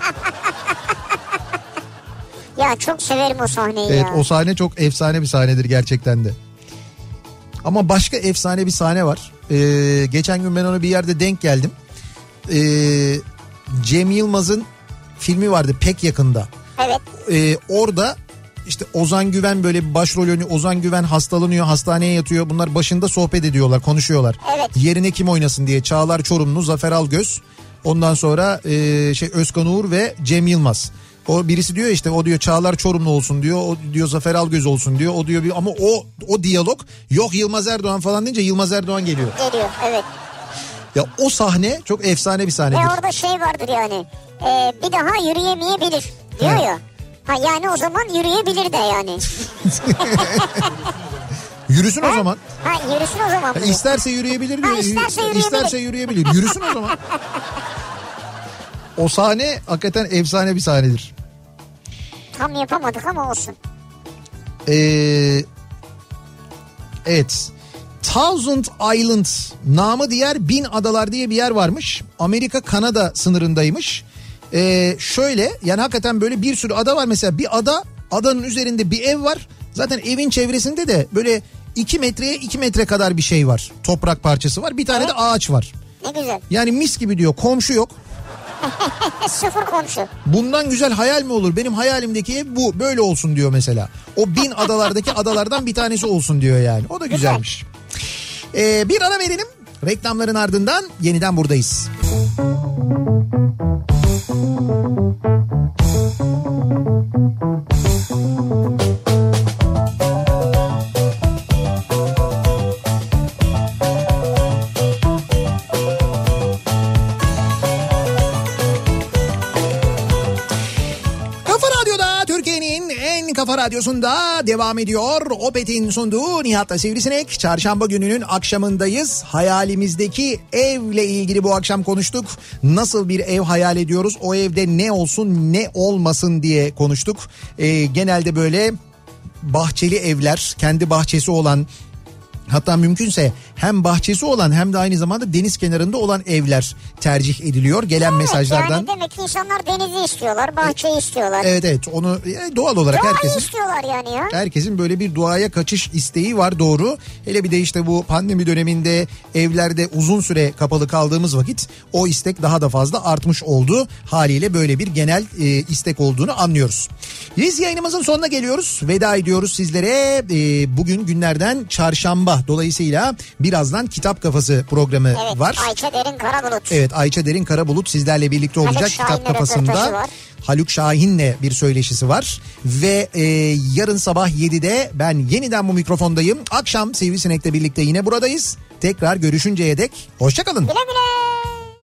A: Ya çok severim o sahneyi
B: Evet
A: ya.
B: o sahne çok efsane bir sahnedir gerçekten de. Ama başka efsane bir sahne var. Ee, geçen gün ben ona bir yerde denk geldim. Ee, Cem Yılmaz'ın filmi vardı pek yakında.
A: Evet.
B: Ee, orada işte Ozan Güven böyle bir başrol oynuyor. Ozan Güven hastalanıyor, hastaneye yatıyor. Bunlar başında sohbet ediyorlar, konuşuyorlar.
A: Evet.
B: Yerine kim oynasın diye Çağlar Çorumlu, Zafer Algöz. Ondan sonra e, şey Özkan Uğur ve Cem Yılmaz. O birisi diyor işte o diyor Çağlar Çorumlu olsun diyor. O diyor Zafer Algöz olsun diyor. O diyor bir ama o o diyalog yok Yılmaz Erdoğan falan deyince Yılmaz Erdoğan geliyor.
A: Geliyor evet.
B: Ya o sahne çok efsane bir
A: Ve
B: sahnedir.
A: orada şey vardır yani. e, bir daha yürüyemeyebilir diyor
B: He.
A: ya. Ha yani o zaman yürüyebilir de yani.
B: Yürüsün o zaman.
A: Ha yürüsün o zaman.
B: Ya
A: bu.
B: isterse yürüyebilir diyor.
A: Ha, isterse yürüyebilir.
B: İsterse yürüyebilir. Yürüsün o zaman. O sahne hakikaten efsane bir sahnedir.
A: Tam yapamadık ama olsun.
B: Ee, evet. Thousand Island namı diğer bin adalar diye bir yer varmış. Amerika Kanada sınırındaymış. Ee, şöyle yani hakikaten böyle bir sürü ada var. Mesela bir ada adanın üzerinde bir ev var. Zaten evin çevresinde de böyle 2 metreye 2 metre kadar bir şey var. Toprak parçası var. Bir tane de ağaç var.
A: Ne güzel.
B: Yani mis gibi diyor komşu yok.
A: E, sıfır komşu.
B: Bundan güzel hayal mi olur? Benim hayalimdeki ev bu. Böyle olsun diyor mesela. O bin adalardaki adalardan bir tanesi olsun diyor yani. O da güzelmiş. Ee, bir ara verelim. Reklamların ardından yeniden buradayız. Kafa Radyo'da Türkiye'nin en kafa radyosunda devam ediyor. Opet'in sunduğu Nihat'la Sivrisinek. Çarşamba gününün akşamındayız. Hayalimizdeki evle ilgili bu akşam konuştuk. Nasıl bir ev hayal ediyoruz? O evde ne olsun ne olmasın diye konuştuk. Ee, genelde böyle bahçeli evler, kendi bahçesi olan Hatta mümkünse hem bahçesi olan hem de aynı zamanda deniz kenarında olan evler tercih ediliyor. Gelen mesajlardan
A: Yani demek ki insanlar denizi istiyorlar, bahçeyi istiyorlar.
B: Evet evet onu e, doğal olarak
A: Doğayı
B: herkesin
A: istiyorlar yani ya.
B: herkesin böyle bir duaya kaçış isteği var doğru. Hele bir de işte bu pandemi döneminde evlerde uzun süre kapalı kaldığımız vakit o istek daha da fazla artmış oldu. Haliyle böyle bir genel e, istek olduğunu anlıyoruz. Biz yayınımızın sonuna geliyoruz. Veda ediyoruz sizlere. E, bugün günlerden çarşamba dolayısıyla birazdan Kitap Kafası programı
A: Evet.
B: var.
A: Ayça Derin Karabulut.
B: Evet Ayça Derin Karabulut sizlerle birlikte olacak
A: Haluk
B: kitap
A: Şahin'le
B: kafasında.
A: röportajı var.
B: Haluk Şahin'le bir söyleşisi var. Ve e, yarın sabah 7'de ben yeniden bu mikrofondayım. Akşam Sivrisinek'le birlikte yine buradayız. Tekrar görüşünceye dek hoşçakalın.
A: Güle güle.